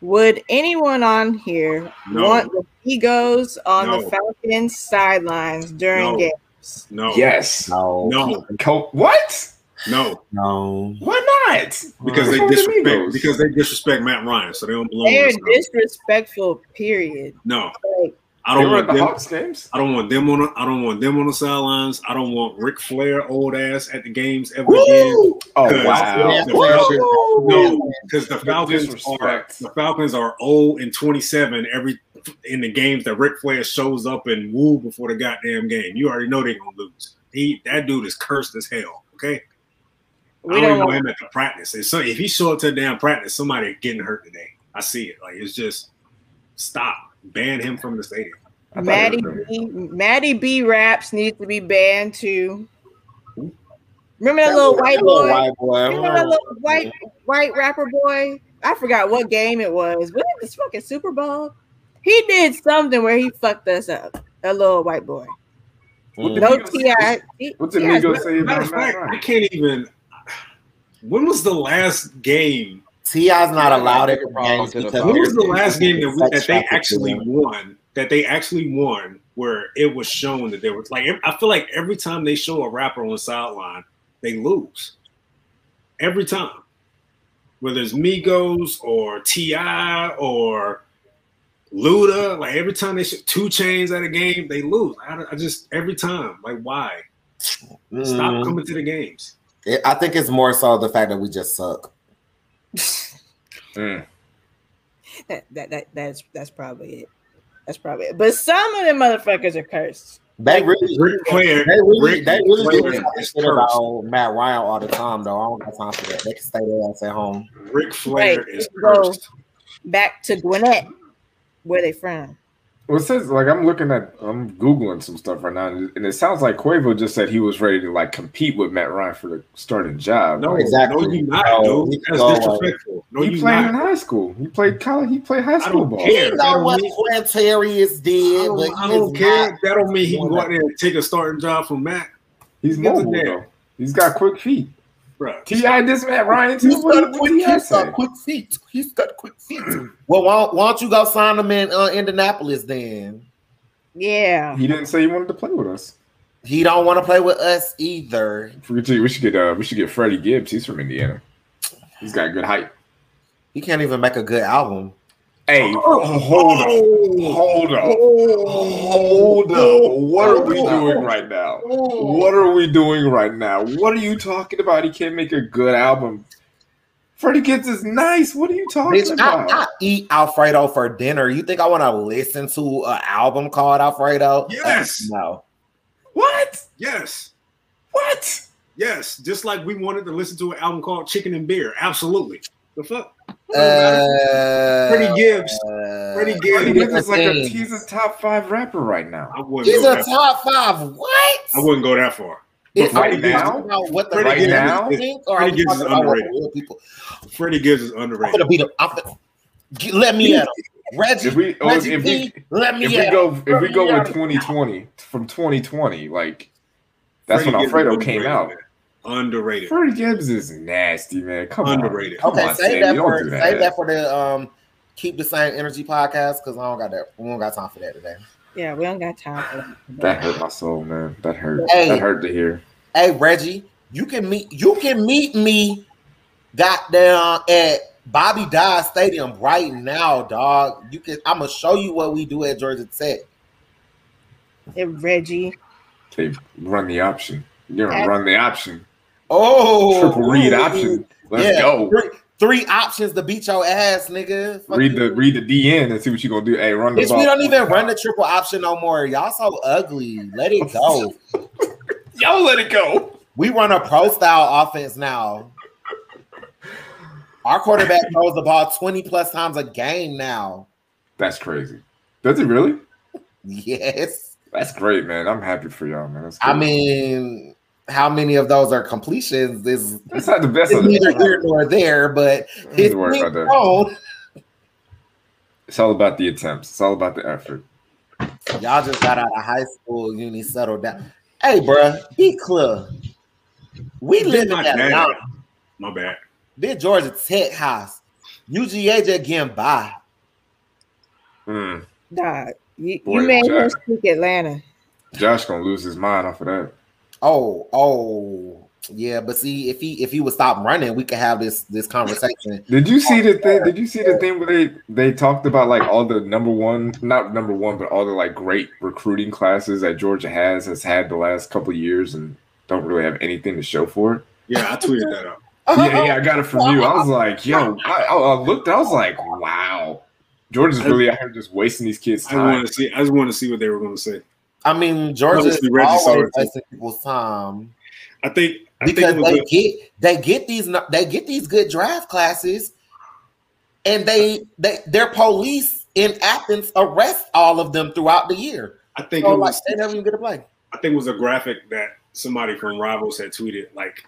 would anyone on here No. want the egos on the No. Falcons sidelines during No. games? No, Yes. no, no, Co- what? no, no. Why not? because they Fuck the disrespect Migos. because they disrespect Matt Ryan, so they don't belong. They're in this house. disrespectful, period. no, Like, I They don't were at want the them. Hawks games. I don't want them on. The, I don't want them on the sidelines. I don't want Ric Flair old ass at the games ever again. Woo! Oh Cause- wow! Yeah. Woo! No, because the Falcons are disrespect. the Falcons are old and twenty seven every in the games that Ric Flair shows up and woo before the goddamn game. You already know they're gonna lose. He that dude is cursed as hell. Okay, we I don't, don't even know want him at the practice. And so if he show up to a damn practice, somebody getting hurt today. I see it. Like it's just stop. Ban him from the stadium. I thought Maddie it was- B. Maddie B. Raps needs to be banned too. Remember that little white boy? Remember that little white white rapper boy? I forgot what game it was. Was it this fucking Super Bowl? He did something where he fucked us up. A little white boy. No Migos- T.I. He- What did T.I. 's Migos say Matter about Matt of fact, I Ryan? can't even. When was the last game? T.I.'s not allowed at the games Problems to the because When Falcons. was the last game that, we, Sex that they trafficking. actually won? That they actually won, where it was shown that they were like. I feel like every time they show a rapper on the sideline, they lose. Every time, whether it's Migos or Ti or Luda, like every time they show two chains at a game, they lose. I, don't- I just every time, like why? Stop Mm, coming to the games. it- I think it's more so the fact that we just suck. Mm. That, that that that's that's probably it. That's probably it. But some of them motherfuckers are cursed. They really, Rick Flair, they really, Rick they really do Flair talk is shit cursed. about Matt Ryan all the time, though. I don't got time for that. They can stay their ass at home. Rick Flair Right, here is we go. cursed. Back to Gwinnett, where they from? Well, it says like I'm looking at I'm googling some stuff right now, and it sounds like Quavo just said he was ready to like compete with Matt Ryan for the starting job. No, Like, Exactly. no, you not, No, dude. he That's go disrespectful. No, he you played in not. high school. He played college. He played high I school don't ball. care. You know what mean- Quinterius I did, but don't, I he is don't care. not- That don't mean he can go doing out there and take a starting job from Matt, He's He doesn't mobile care. though. He's got quick feet. bro. Ti this Matt Ryan too. What, what did T.I. say? quick feet. He's got quick feet. Well, why don't, why don't you go sign him in uh, Indianapolis then? Yeah. He didn't say he wanted to play with us. He don't want to play with us either. We should we should get uh we should get Freddie Gibbs. He's from Indiana. He's got good height. He can't even make a good album. Hey, hold up, hold up, hold up. What are we doing right now? What are we doing right now? What are you talking about? He can't make a good album. Freddie Gibbs is nice. What are you talking Bitch, I, about? I eat Alfredo for dinner. You think I want to listen to an album called Alfredo? Yes. Uh, no. what? Yes, What? yes. Just like we wanted to listen to an album called Chicken and Beer. Absolutely. The fuck, Uh, Freddie Gibbs. uh, Freddie Freddie Gibbs. Gibbs is like a Thing. he's a top five rapper right now. I wouldn't. He's go a that, top five. What? I wouldn't go that far. It's Right are we now? talking about what the Freddie right Gibbs now is- think, or are Freddie we Gibbs is talking about what underrated. real people? Freddie Gibbs is I'm gonna underrated. beat him. I'm gonna, G- let me at him. Reggie, If we or Reggie if B, we let me if at we him. go if we go Yeah. with 2020 from 2020 like that's Freddie when Gibbs is alfredo underrated, came out man. Underrated. Freddie Gibbs is nasty, man. Come Underrated. on. Come Okay, on, save Sandy. that Don't for do save that for the um keep the same energy podcast because I don't got that. We don't got time for that today. Yeah, we don't got time for that. That hurt my soul, man. That hurt. Hey. That hurt to hear. Hey Reggie, you can meet you can meet me goddamn at Bobby Dodd Stadium right now, dog. You can I'ma show you what we do at Georgia Tech. Hey, Reggie. They run the option. You're gonna Hey. run the option. Oh Triple read option. Let's yeah, go. Three, three options to beat your ass, nigga. Fuck Read you. the read the DN and see what you gonna do. Hey, run the Bitch, ball. we don't even run the triple option no more. Y'all so ugly. Let it go. Y'all let it go. We run a pro style offense now. Our quarterback throws the ball 20 plus times a game now. That's crazy. Does it really? Yes. That's great, man. I'm happy for y'all, man. That's I good. mean, how many of those are completions is that's not the best is of the neither here nor there, but it's Don't worry about that. grown. It's all about the attempts. It's all about the effort. Y'all just got out of high school, you need to settle down. Hey, bruh, be clear. We live in My dad- Atlanta. My bad. They're Georgia Tech house. UGA just getting by. Mm. Dog, you, Boy, you made him Jack. speak Atlanta. Josh gonna lose his mind off of that. Oh, oh, yeah. But see, if he if he would stop running, we could have this this conversation. Did you see the thing? Did you see the thing where they they talked about like all the number one, not number one, but all the like great recruiting classes that Georgia has has had the last couple of years and don't really have anything to show for it. Yeah, I tweeted that out. Yeah, yeah, I got it from you. I was like, yo, I, I I looked, I was like, wow, Georgia's really out here just wasting these kids' I want time. to see. I just want to see what they were going to say. I mean, Georgia Obviously, Reggie saw always it, too. wasting people's time I think. I because think it was they a- get they get these nu- they get these good draft classes, and they they their police in Athens arrest all of them throughout the year. I think So it like was. they never even get to play. I think it was a graphic that somebody from Rivals had tweeted. Like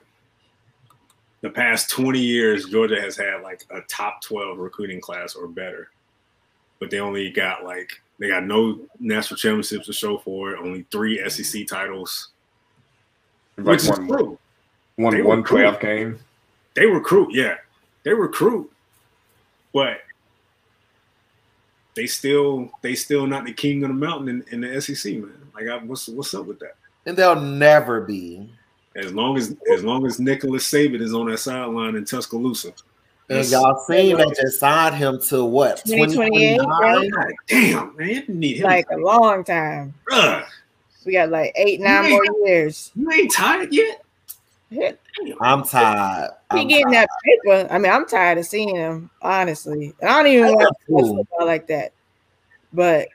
the past twenty years, Georgia has had like a top twelve recruiting class or better, but they only got like they got no national championships to show for it. Only three SEC titles, Like which one, is true. They one, were one cool. playoff game. They recruit, yeah, they recruit, but they still they still not the king of the mountain in, in the SEC, man. Like, I, what's what's up with that? And they'll never be. As long as as long as Nicholas Saban is on that sideline in Tuscaloosa. And That's- y'all seen they just signed him to what 2028, 2029? God damn, man, you need him. Like a long time. Bruh, We got like eight, nine more years. you ain't tired yet. He I'm tired. I'm getting tired. that paper. I mean, I'm tired of seeing him, honestly. And I don't even want to Cool. watch football like that. But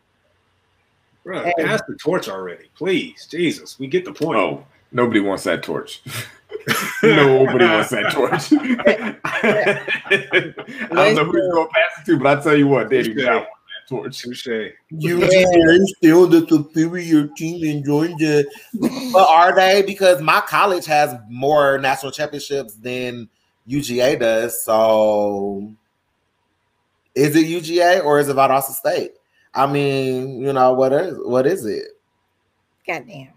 Bruh, Hey. pass the torch already, please. Jesus, we get the point. Oh, nobody wants that torch. Nobody wants that torch. I don't know who you're going to pass it to, but I tell you what, Danny, you got that torch. Touche. UGA still the superior team in Georgia. But are they? Because my college has more national championships than UGA does. So is it UGA or is it Valdosta State? I mean, you know, what is what is it? goddamn.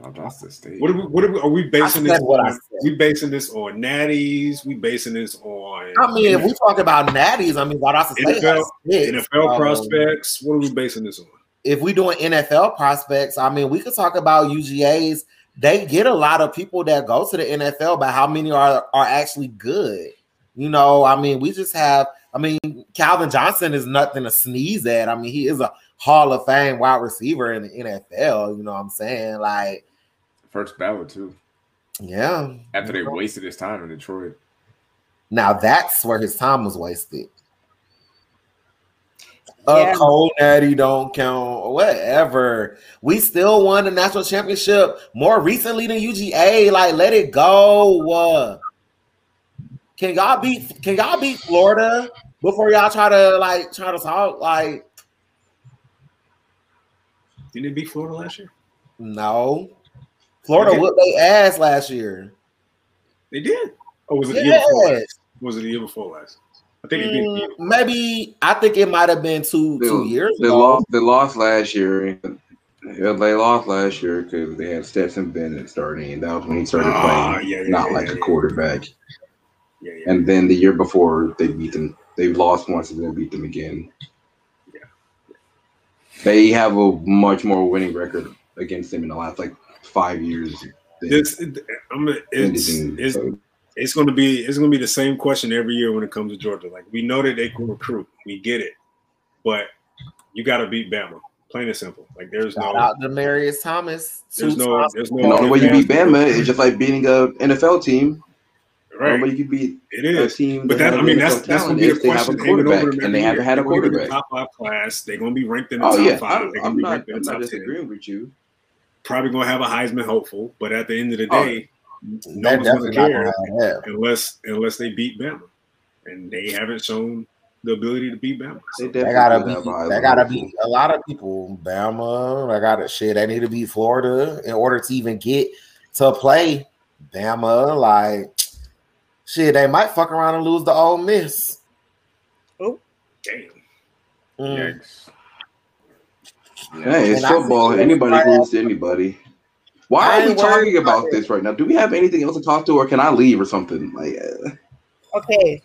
Oh, that's the state. What are we, what are we, are we basing I this said what I on? said. We basing this on natties. We basing this on I mean, if we talk about natties, I mean Valdosta State NFL has six. NFL So prospects. What are we basing this on? If we doing NFL prospects, I mean, we could talk about UGAs. They get a lot of people that go to the NFL, but how many are are actually good? You know, I mean, we just have. I mean, Calvin Johnson is nothing to sneeze at. I mean, he is a Hall of Fame wide receiver in the NFL. You know what I'm saying? Like, First ballot, too. yeah. After they wasted his time in Detroit. Now that's where his time was wasted. Yeah. A cold natty don't count, whatever. We still won the national championship more recently than UGA. Like, let it go. Uh, Can y'all beat? Can y'all beat Florida before y'all try to like try to talk? Like, Didn't it beat Florida last year? no. Florida Okay. whooped their ass last year. They did. Oh, was it the year before? Yes. Last? Was it the year before last? I think it did. Mm, maybe I think it might have been two They- two years They ago. lost. They lost last year. Yeah, they lost last year because they had Stetson Bennett starting, and that was when he started Ah, playing yeah, yeah, not yeah, like yeah, a yeah. quarterback. Yeah, yeah. And then the year before, they beat them. They lost once, and then beat them again. Yeah. They have a much more winning record against them in the last like five years. than this, I'm. It's anything. it's So, it's going to be it's going to be the same question every year when it comes to Georgia. Like we know that they can recruit, we get it, but you got to beat Bama, plain and simple. Like there's Shout no, out to Marius Thomas. there's Two no, times. there's and the no. only way you beat Bama is just like beating a NFL team. The only right? way you can beat It a is. team, But that that has I mean NFL that's that's talent gonna be a is they have a question hanging over quarterback, them every and they year. haven't had a They're gonna be in the quarterback. Top five class. They're gonna be ranked in the Oh top yeah, five. I'm, They're gonna I'm be not. ranked in I'm the not top ten. disagreeing with you. Probably gonna have a Heisman hopeful, but at the end of the Oh, day, no That one's gonna definitely not care gonna have that. unless unless they beat Bama, and they haven't shown the ability to beat Bama. So- They definitely gotta have a be. high They gotta level. be a lot of people. Bama. I gotta shit. They need to beat Florida in order to even get to play Bama. Like shit, they might fuck around and lose the Ole Miss. Damn. Mm. Yikes. Hey, it's And I think football. it's Anybody right lose to anybody. Why I are we ain't worried talking about about it. this right now? Do we have anything else to talk to, or can I leave or something? Like, uh, Okay,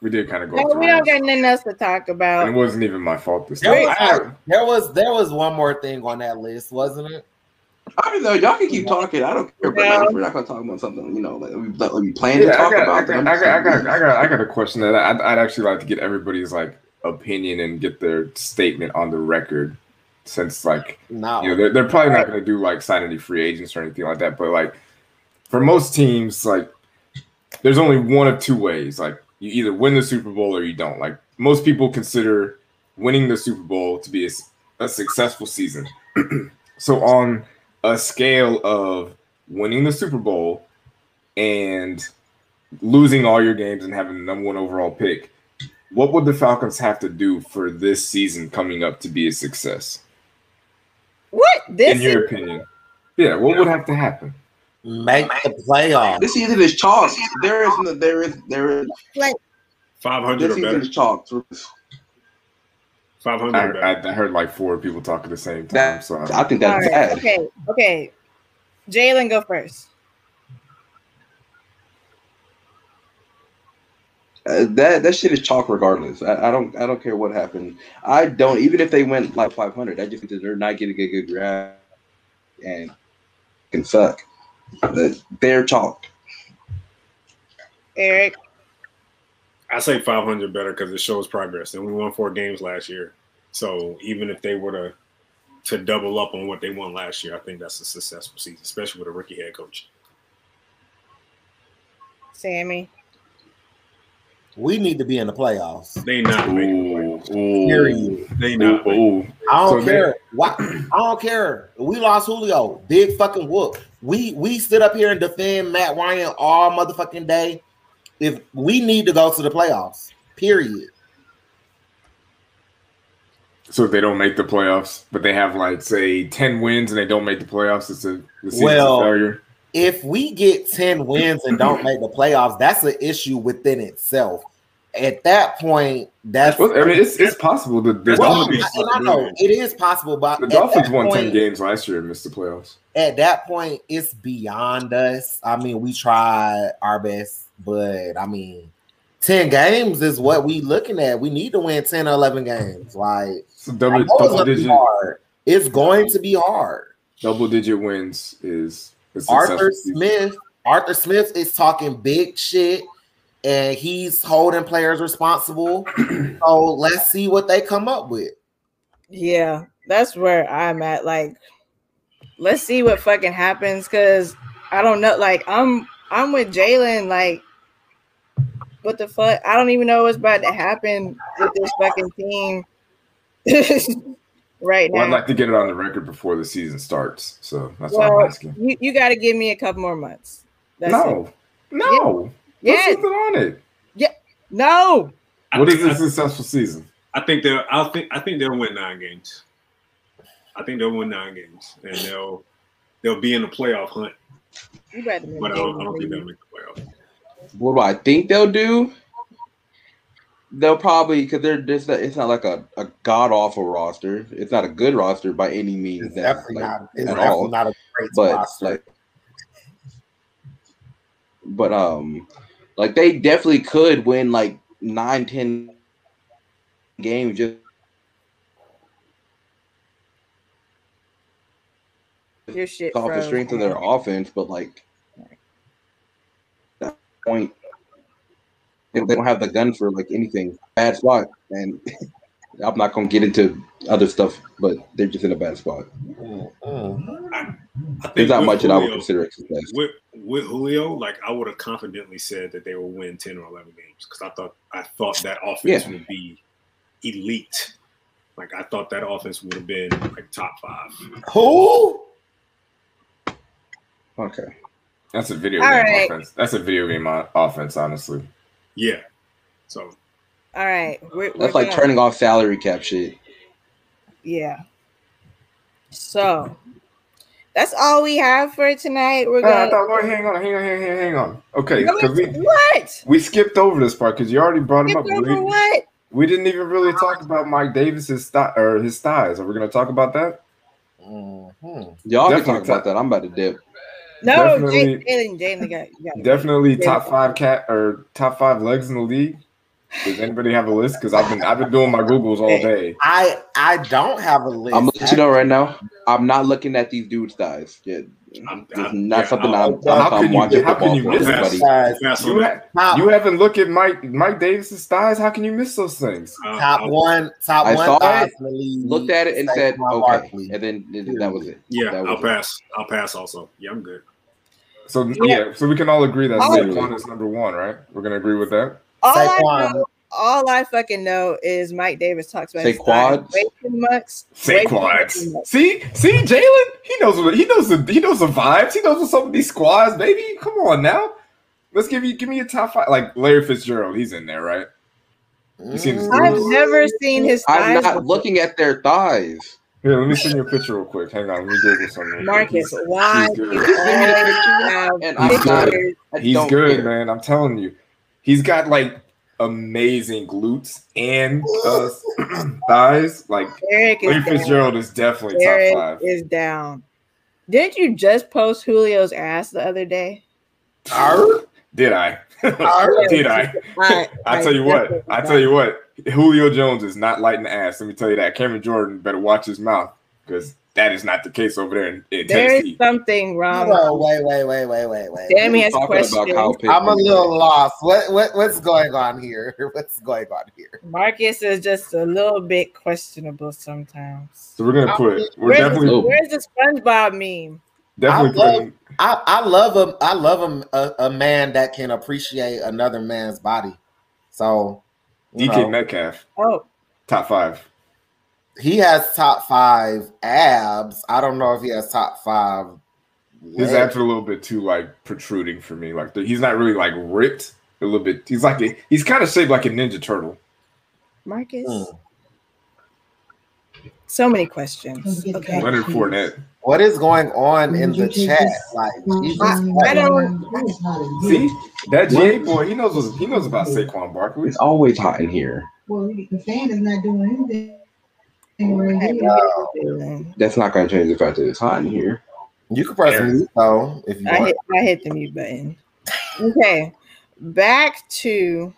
We did kind of go. no, off the we don't rails. got nothing else to talk And it about. wasn't even my fault this There time. was, there was there was one more thing on that list, wasn't it? I don't know. Y'all can keep talking. I don't care. But like, Yeah. if we're not gonna talk about something, you know, like we, like, we plan Yeah, to I talk got, I about. got, I got, I got, I got, I got a question that I'd, I'd actually like to get everybody's like opinion and get their statement on the record, since like No. you know they're, they're probably not going to do like sign any free agents or anything like that. But like for most teams, like there's only one of two ways: like you either win the Super Bowl or you don't. Like most people consider winning the Super Bowl to be a, s- a successful season. so on a scale of winning the Super Bowl and losing all your games and having the number one overall pick, what would the Falcons have to do for this season coming up to be a success? What this in your opinion. Yeah, what would have to happen? Make the playoffs. This season is chalk. There is, no, there is, there is. Five hundred This or season better. is chalk. Five I, hundred or better. I, I heard like four people talk at the same time. That- So I think All that's right, bad. okay, okay. Jalen, go first. Uh, that that shit is chalk regardless. I, I don't I don't care what happened. I don't even if they went like 500. I just think that they're not getting a good grab and can suck. But They're chalk. Eric, I say 500 better because it shows progress. And we won four games last year. So even if they were to to double up on what they won last year, I think that's a successful season, especially with a rookie head coach. Sammy. We need to be in the playoffs. They not making the Ooh, playoffs. ooh, They not. ooh, making- ooh. I don't So they- care. Why? I don't care. We lost Julio. Big fucking whoop. We we stood up here and defend Matt Ryan all motherfucking day. If we need to go to the playoffs, period. So if they don't make the playoffs, but they have like say ten wins and they don't make the playoffs, it's a the season's Well- a failure. If we get 10 wins and don't make the playoffs, that's an issue within itself. At that point, that's Well, I mean, it's it's possible that the, Well, Well, Dolphins, I, and I know it is possible, but the at Dolphins that won point- ten games last year and missed the playoffs. at that point, it's beyond us. I mean, we tried our best, but I mean, 10 games is what we looking at. We need to win 10 or 11 games. Like, So I know double it's double gonna be digit hard. It's going to be hard. double digit wins is a successful Arthur season. Smith, Arthur Smith is talking big shit and he's holding players responsible. so let's see what they come up with. Yeah, that's where I'm at. Like, let's see what fucking happens because I don't know. Like, I'm I'm with Jalen. Like, what the fuck? I don't even know what's about to happen with this fucking team right Well, I'd now. like to get it on the record before the season starts. So that's what Well, I'm asking. You you got to give me a couple more months. That's it. No, no, Put yeah, something on it. no. I What is think- a successful season? I think they'll. I think. I think they'll win nine games. I think they'll win nine games, and they'll they'll be in the playoff hunt. You better. But I don't, I don't think they'll make the playoff. What do I think they'll do? they'll probably because they're just it's not like a, a god awful roster. It's not a good roster by any means. It's that- definitely like, not. It's at definitely all, not a great but roster. like, but um, like they definitely could win like nine, ten games just. Your shit off the froze. strength of their offense, but like that point, they they don't have the gun for like anything. Bad spot, and I'm not gonna get into other stuff, but they're just in a bad spot. Mm, mm. I think There's not with much that I would Julio- consider a success. with with Julio, like I would have confidently said that they will win ten or eleven games because I thought I thought that offense Yeah. would be elite. Like I thought that offense would have been like top five. Who? Okay, That's a video All game right. offense. That's a video game o- offense, honestly. Yeah. So All right, we're, we're that's like done. turning off salary cap shit. Yeah. So that's all we have for tonight. We're No, Uh, gonna I thought, wait, hang on, hang on, hang on, hang on. Okay, No, because we, it's- what? we skipped over this part because you already brought him Skip up. but over We, what? we didn't even really talk about Mike Davis's thigh or his thighs. Are we going to talk about that? Mhm. Y'all can Definitely talk about that. I'm about to dip. No, Definitely- Jalen, Jalen got, you got Definitely Yeah. top five cat or top five legs in the league. Does anybody have a list? Because I've been I've been doing my googles all day. I I don't have a list. I'm gonna let you know right now. I'm not looking at these dudes' thighs. Yeah, I'm, this is I'm, not yeah, something I'm, I'm, How I'm, can you- watching how football can you for, miss that? buddy. Guys, Pass on You, that. ha- top, you haven't looked at Mike Mike Davis's thighs. How can you miss those things? Uh, top I'll- one, top I one. saw guys it, in the league, Looked at it and said, Saquon "Okay," Barkley. and then th- that was it. Yeah, That was I'll it. pass. I'll pass. Also, yeah, I'm good. So yeah, Yeah. so we can all agree that Oh. Saquon is number one, right? We're gonna agree with that. all I Saquon. know, all I fucking know is Mike Davis talks about his Saquads. thighs way too much. way too Saquon. much. See, see, Jalen, he knows what he knows the he knows the vibes. He knows what some of these squads, baby. Come on now. Let's give you give me a top five. Like Larry Fitzgerald, he's in there, right? You seen Mm, this I've Ooh. never seen his I'm thighs. not before. looking at their thighs. Here, let me send you a picture real quick. Hang on, let me Google something. real quick. Marcus, He's- why he's do good. you always have And I'm not- pictures? I He's don't good, care. man. I'm telling you, he's got like amazing glutes and uh, thighs. Like Eric Larry is down. Fitzgerald is definitely top Eric five. is down. Didn't you just post Julio's ass the other day? Did I? Arr. Did I? I, I tell you what. I tell you what. Julio Jones is not lighting the ass. Let me tell you that. Cameron Jordan better watch his mouth because that is not the case over there in, in there is Tennessee. something wrong. Hold on, wait, wait, wait, wait, wait, wait. Um, Damn We're has talking about questions. Kyle Pitts I'm a anyway. little lost. What what what's going on here? What's going on here? Marcus is just a little bit questionable sometimes. So we're gonna put. We're Where's the, definitely Oh. where's the SpongeBob meme? definitely I love- putting. I, I love a I love a, a, a man that can appreciate another man's body. So you DK know, Metcalf Oh, top five. he has top five abs. I don't know if he has top five. His legs. abs are a little bit too like protruding for me. Like he's not really like ripped. A little bit. He's like a, he's kind of shaped like a ninja turtle. Marcus. Mm. So many questions. Okay. Leonard Fournette. What is going on in the chat? Like Um, Jesus I Christ. don't- See that GA boy. He knows. What, he knows about Saquon Barkley. It's always hot in here. Well, the fan is not doing anything. Anyway, Okay, he- Wow. That's not going to change the fact that it's hot in here. You can press mute though if you I want. hit, I hit the mute button. Okay. Back to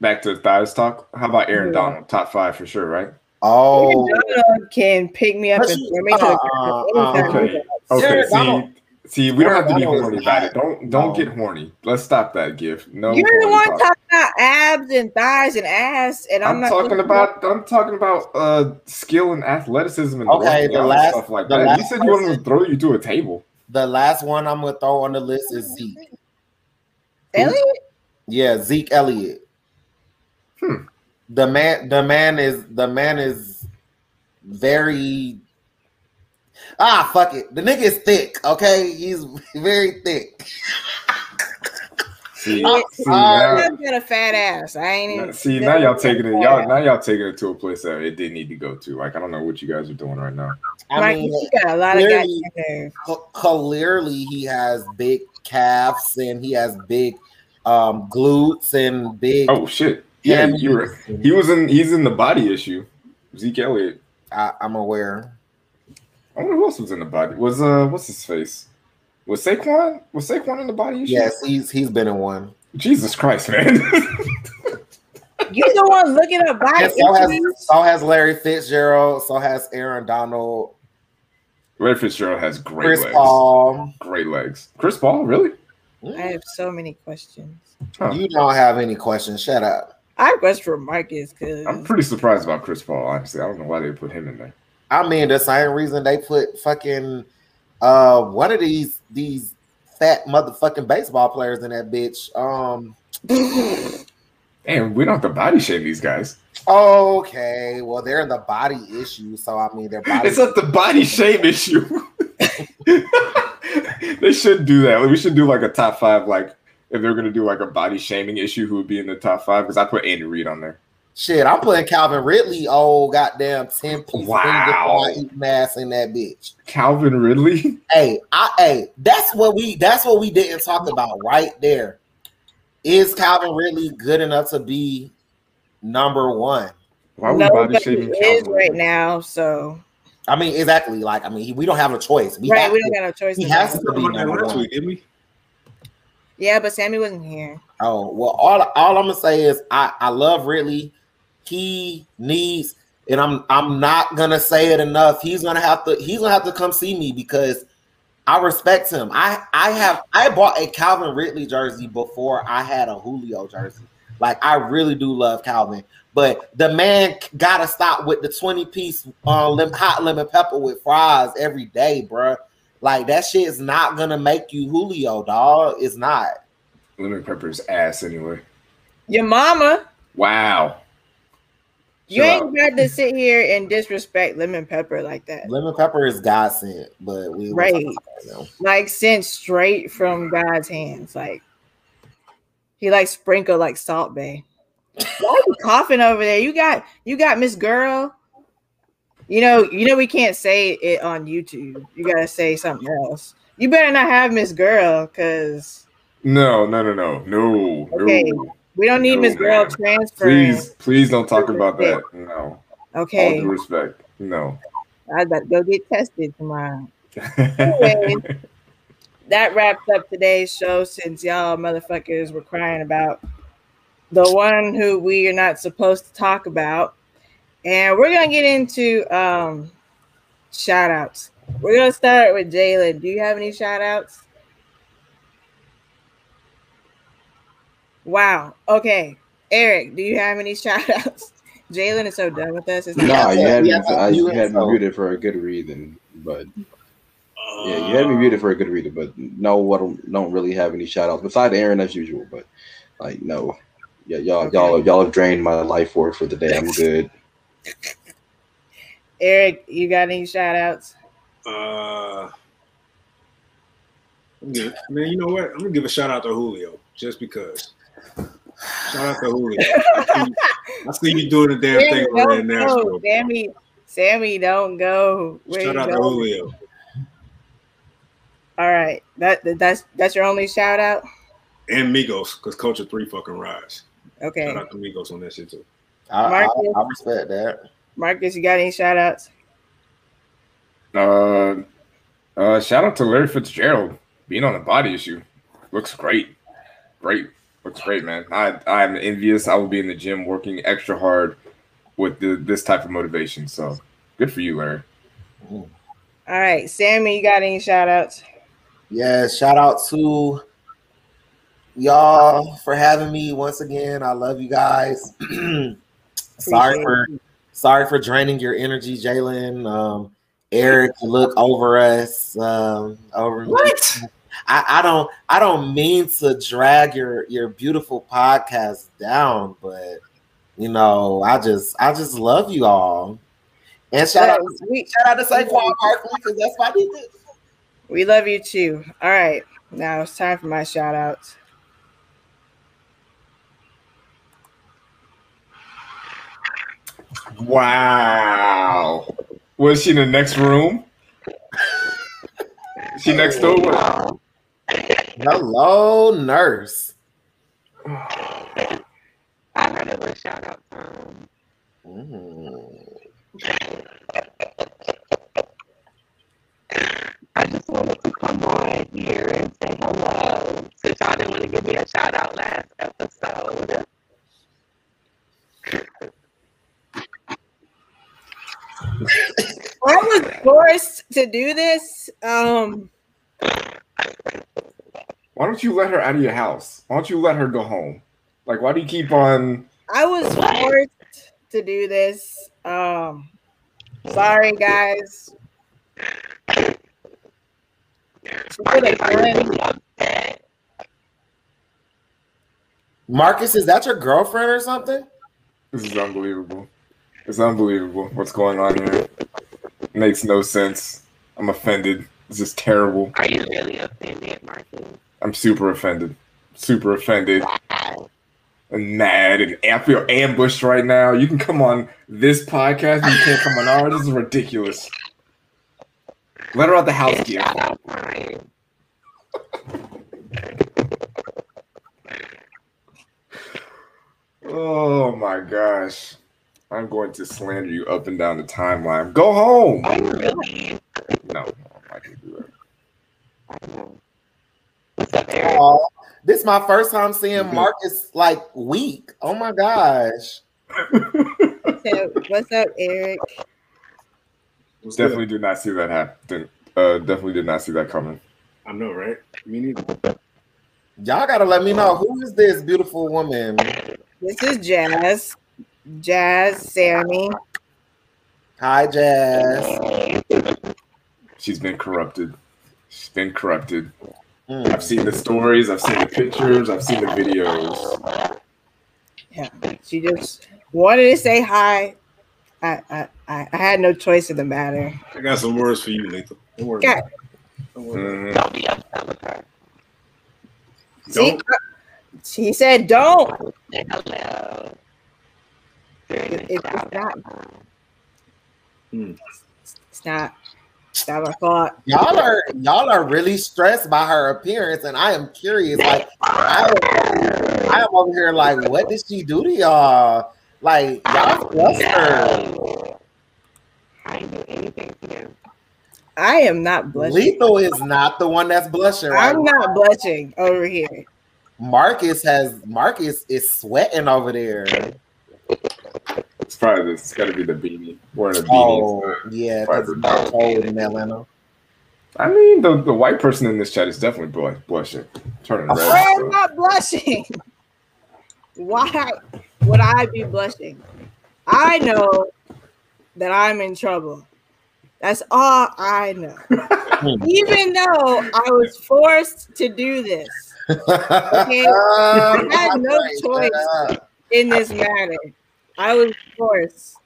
Back to thighs talk. How about Aaron Yeah. Donald? Top five for sure, right? Oh, Donald can pick me up and throw me to the ground Uh, uh, anytime. okay. Okay, Jared see, Donald- see, we don't Jared have to be Donald horny is about hot. it. Don't don't No. get horny. Let's stop that gift. No, Oh. You're the horny one talk. talking about abs and thighs and ass, and I'm, I'm, not talking about I'm talking about uh skill and athleticism and Okay, running the and last- stuff like the that. You last said you wanted to person- throw you to a table. the last one I'm gonna throw on the list is Zeke. Elliot. Yeah, Zeke Elliott. Hmm. The man, the man is the man is very ah fuck it. The nigga is thick. Okay, he's very thick. See, Yeah. see, Uh, now, I've got a fat ass. I ain't even. see now y'all taking it y'all now y'all taking it to a place that it didn't need to go to. Like I don't know what you guys are doing right now. I Like, mean, you got a lot of clearly- goddamn nerve. cl- clearly he has big calves and he has big um glutes and big Oh shit. Yeah, you're right. He was in. He's in the body issue. Zeke Elliott. I, I'm aware. I wonder who else was in the body. Was uh, what's his face? Was Saquon? Was Saquon in the body issue? Yes, he's he's been in one. Jesus Christ, man. You the one looking up body And so has issues. so has Larry Fitzgerald. So has Aaron Donald. Ray Fitzgerald has great Chris legs. Paul. Great legs. Chris Paul, really? I have so many questions. Huh. You don't have any questions. Shut up. I have questions for Marcus because I'm pretty surprised about Chris Paul. Honestly, I don't know why they put him in there. I mean, the same reason they put fucking uh one of these these fat motherfucking baseball players in that bitch. Um. And we don't have to body shame these guys. Okay. Well, they're in the body issue, so I mean, their body. It's not the body shame issue. they should do that. We should do like a top five. Like if they're gonna do like a body shaming issue, who would be in the top five? Because I put Andy Reid on there. Shit, I'm putting Calvin Ridley old goddamn 10 piece Wow. mass in that bitch. Calvin Ridley. Hey, I hey, that's what we that's what we didn't talk about right there. Is Calvin Ridley good enough to be number one? Why would nobody body shaming is Calvin right Ridley? now. So I mean, exactly. Like, I mean, he- we don't have a choice. We right, have we to- don't got no choice. he in has that. to be About that number last one. week, didn't we? Yeah, but Sammy wasn't here. Oh well, all all I'm gonna say is I I love Ridley. He needs, and I'm I'm not gonna say it enough. He's gonna have to he's gonna have to come see me because I respect him. I I have I bought a Calvin Ridley jersey before I had a Julio jersey. Like I really do love Calvin, but the man gotta stop with the twenty piece uh, lim- hot lemon pepper with fries every day, bruh. Like that shit is not gonna make you Julio, dog. It's not. Lemon pepper's ass anyway. Your mama, Wow. you Chill ain't got to sit here and disrespect Lemon Pepper like that. Lemon pepper is God sent, but we Right. we're talking about it Like sent straight from God's hands. Like he like sprinkled like salt bay. Why are you coughing over there? You got you got Miss Girl. You know, you know we can't say it on YouTube. You gotta say something else. You better not have Miss Girl, cause No, no, no, no, no, Okay. no. we don't need No, Miss Girl ma'am. transferring. Please, please don't talk about that. No. Okay, All due respect. No. I was about to go get tested tomorrow. Anyway. That wraps up today's show since y'all motherfuckers were crying about the one who we are not supposed to talk about. And we're gonna get into um shout outs. We're gonna start with Jalen. Do you have any shout outs? Wow. Okay. Eric, do you have any shout outs? Jalen is so done with us. It's not- Nah, you had me. Yeah, I, you you had me asshole. muted for a good reason, but yeah, you had Uh, me muted for a good reason. But no, what don't really have any shout outs besides Aaron as usual. But like, no, yeah, y'all, y'all, y'all have drained my life force for the day. I'm good. Eric, you got any shout outs? Uh, yeah, man, you know what? I'm gonna give a shout out to Julio just because. Shout out to Julio. I see, I see you doing the damn thing Sammy, over there in don't Nashville. go. Sammy, Sammy, don't go. Where Shout you out to going? Julio. All right, that that- that's that's your only shout out. And Migos, because Culture 3 fucking rides. Okay, Shout out to Migos on that shit too. though. I, I, Marcus. I respect that. Marcus, you got any shout outs? uh, uh, shout out to Larry Fitzgerald being on the body issue. Looks great. Great. Looks great, man. I, I'm envious. I will be in the gym working extra hard with the, this type of motivation. So good for you, Larry. All right, Sammy, you got any shout outs? Yeah, shout out to y'all for having me once again. I love you guys. sorry for sorry for draining your energy, Jalen. Um, Eric, you look over us. Um, over me. I, I don't I don't mean to drag your your beautiful podcast down, but you know, I just I just love you all. And shout out we shout out to Saquon Barkley because that's my nigga. we love you too. All right, now it's time for my shout outs. Wow. Was she in the next room? she next door? Hello, nurse. rid of a shout out from. Mm. I just wanted to come on here and say hello since y'all didn't want to give me a shout out last episode. I was forced to do this. Um, Why don't you let her out of your house? Why don't you let her go home? Like, why do you keep on? I was forced to do this. Um, sorry guys. I guess I really want that. Marcus, is that your girlfriend or something? This is unbelievable. It's unbelievable what's going on here. Makes no sense. I'm offended. This is terrible. Are you really offended, Marcus? I'm super offended. Super offended Wow. and mad. And I feel ambushed right now. You can come on this podcast, but you can't come on ours. This is ridiculous. Let her out the house, And dear. shout out Brian. Oh my gosh. I'm going to slander you up and down the timeline. Go home. Are you really? No, I can't do that. I know. What's up, Aw, Eric? Oh, this is my first time seeing Mhm. Marcus like weak. Oh my gosh. So, what's up, Eric? What's good? Definitely did not see that happen. Uh, definitely did not see that coming. I know, right? Me neither. Y'all gotta let me know who is this beautiful woman. This is Jazz. Jazz, Sammy. Hi, Jazz. She's been corrupted. She's been corrupted. Mm. I've seen the stories. I've seen the pictures. I've seen the videos. She just wanted to say hi. I I, I, I had no choice in the matter. I got some words for you, Lethal. Don't worry. Got- about it. Don't worry. Mhm. about Don't be upset with her. it. See, uh, Don't- she said, "Don't." Say hello. Very It- nice it's shout not- out. It's not. It's not my fault. Y'all are y'all are really stressed by her appearance, and I am curious. Like I am, I am over here like, what did she do to y'all? Like y'all stressed her. No. I didn't do anything to them. I am not blushing. Lethal is not the one that's blushing right I'm not blushing over here. Marcus has Marcus is sweating over there. It's probably this. It's got to be the beanie. Wearing a beanie. Oh yeah, because it's not cold in Atlanta. I mean, the, the white person in this chat is definitely blush, blushing, turning red. I'm so. not blushing. Why would I be blushing? I know that I'm in trouble. That's all I know. Even though I was forced to do this I had no choice. in this matter, I was forced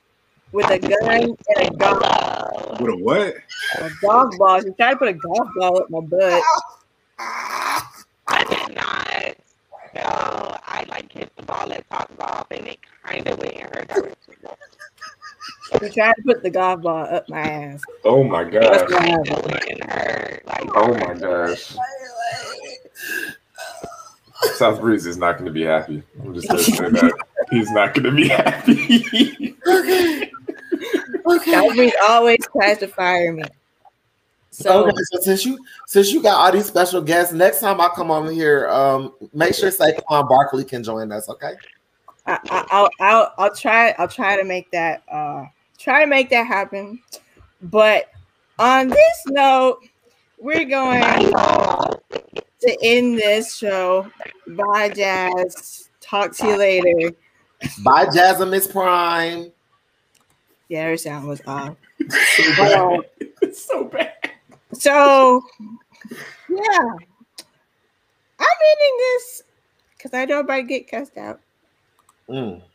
with a gun and a golf, Hello. With a what? a golf ball. She tried to put a golf ball up my butt. I did not. No, I like hit the ball at top golf and it kind of went in her direction. She tried to put the golf ball up my ass. Oh my That's what gosh. happened. It went in her. Like, Oh my gosh. South Breeze is not going to be happy. I'm just going to say that. He's not going to be happy. Okay. Okay. Calvary always tries to fire me. So okay, so since you since you got all these special guests, next time I come over here, um, make sure Saquon Barkley can join us. Okay. I, I, I'll, I'll I'll try I'll try to make that uh try to make that happen. But on this note, we're going Hello. to end this show. Bye, Jazz. Talk to you later. Bye, Jasmine Miss Prime. Yeah, her sound was off. so bad. It's so bad. So yeah, I'm ending this because I know I might get cussed out. Mm.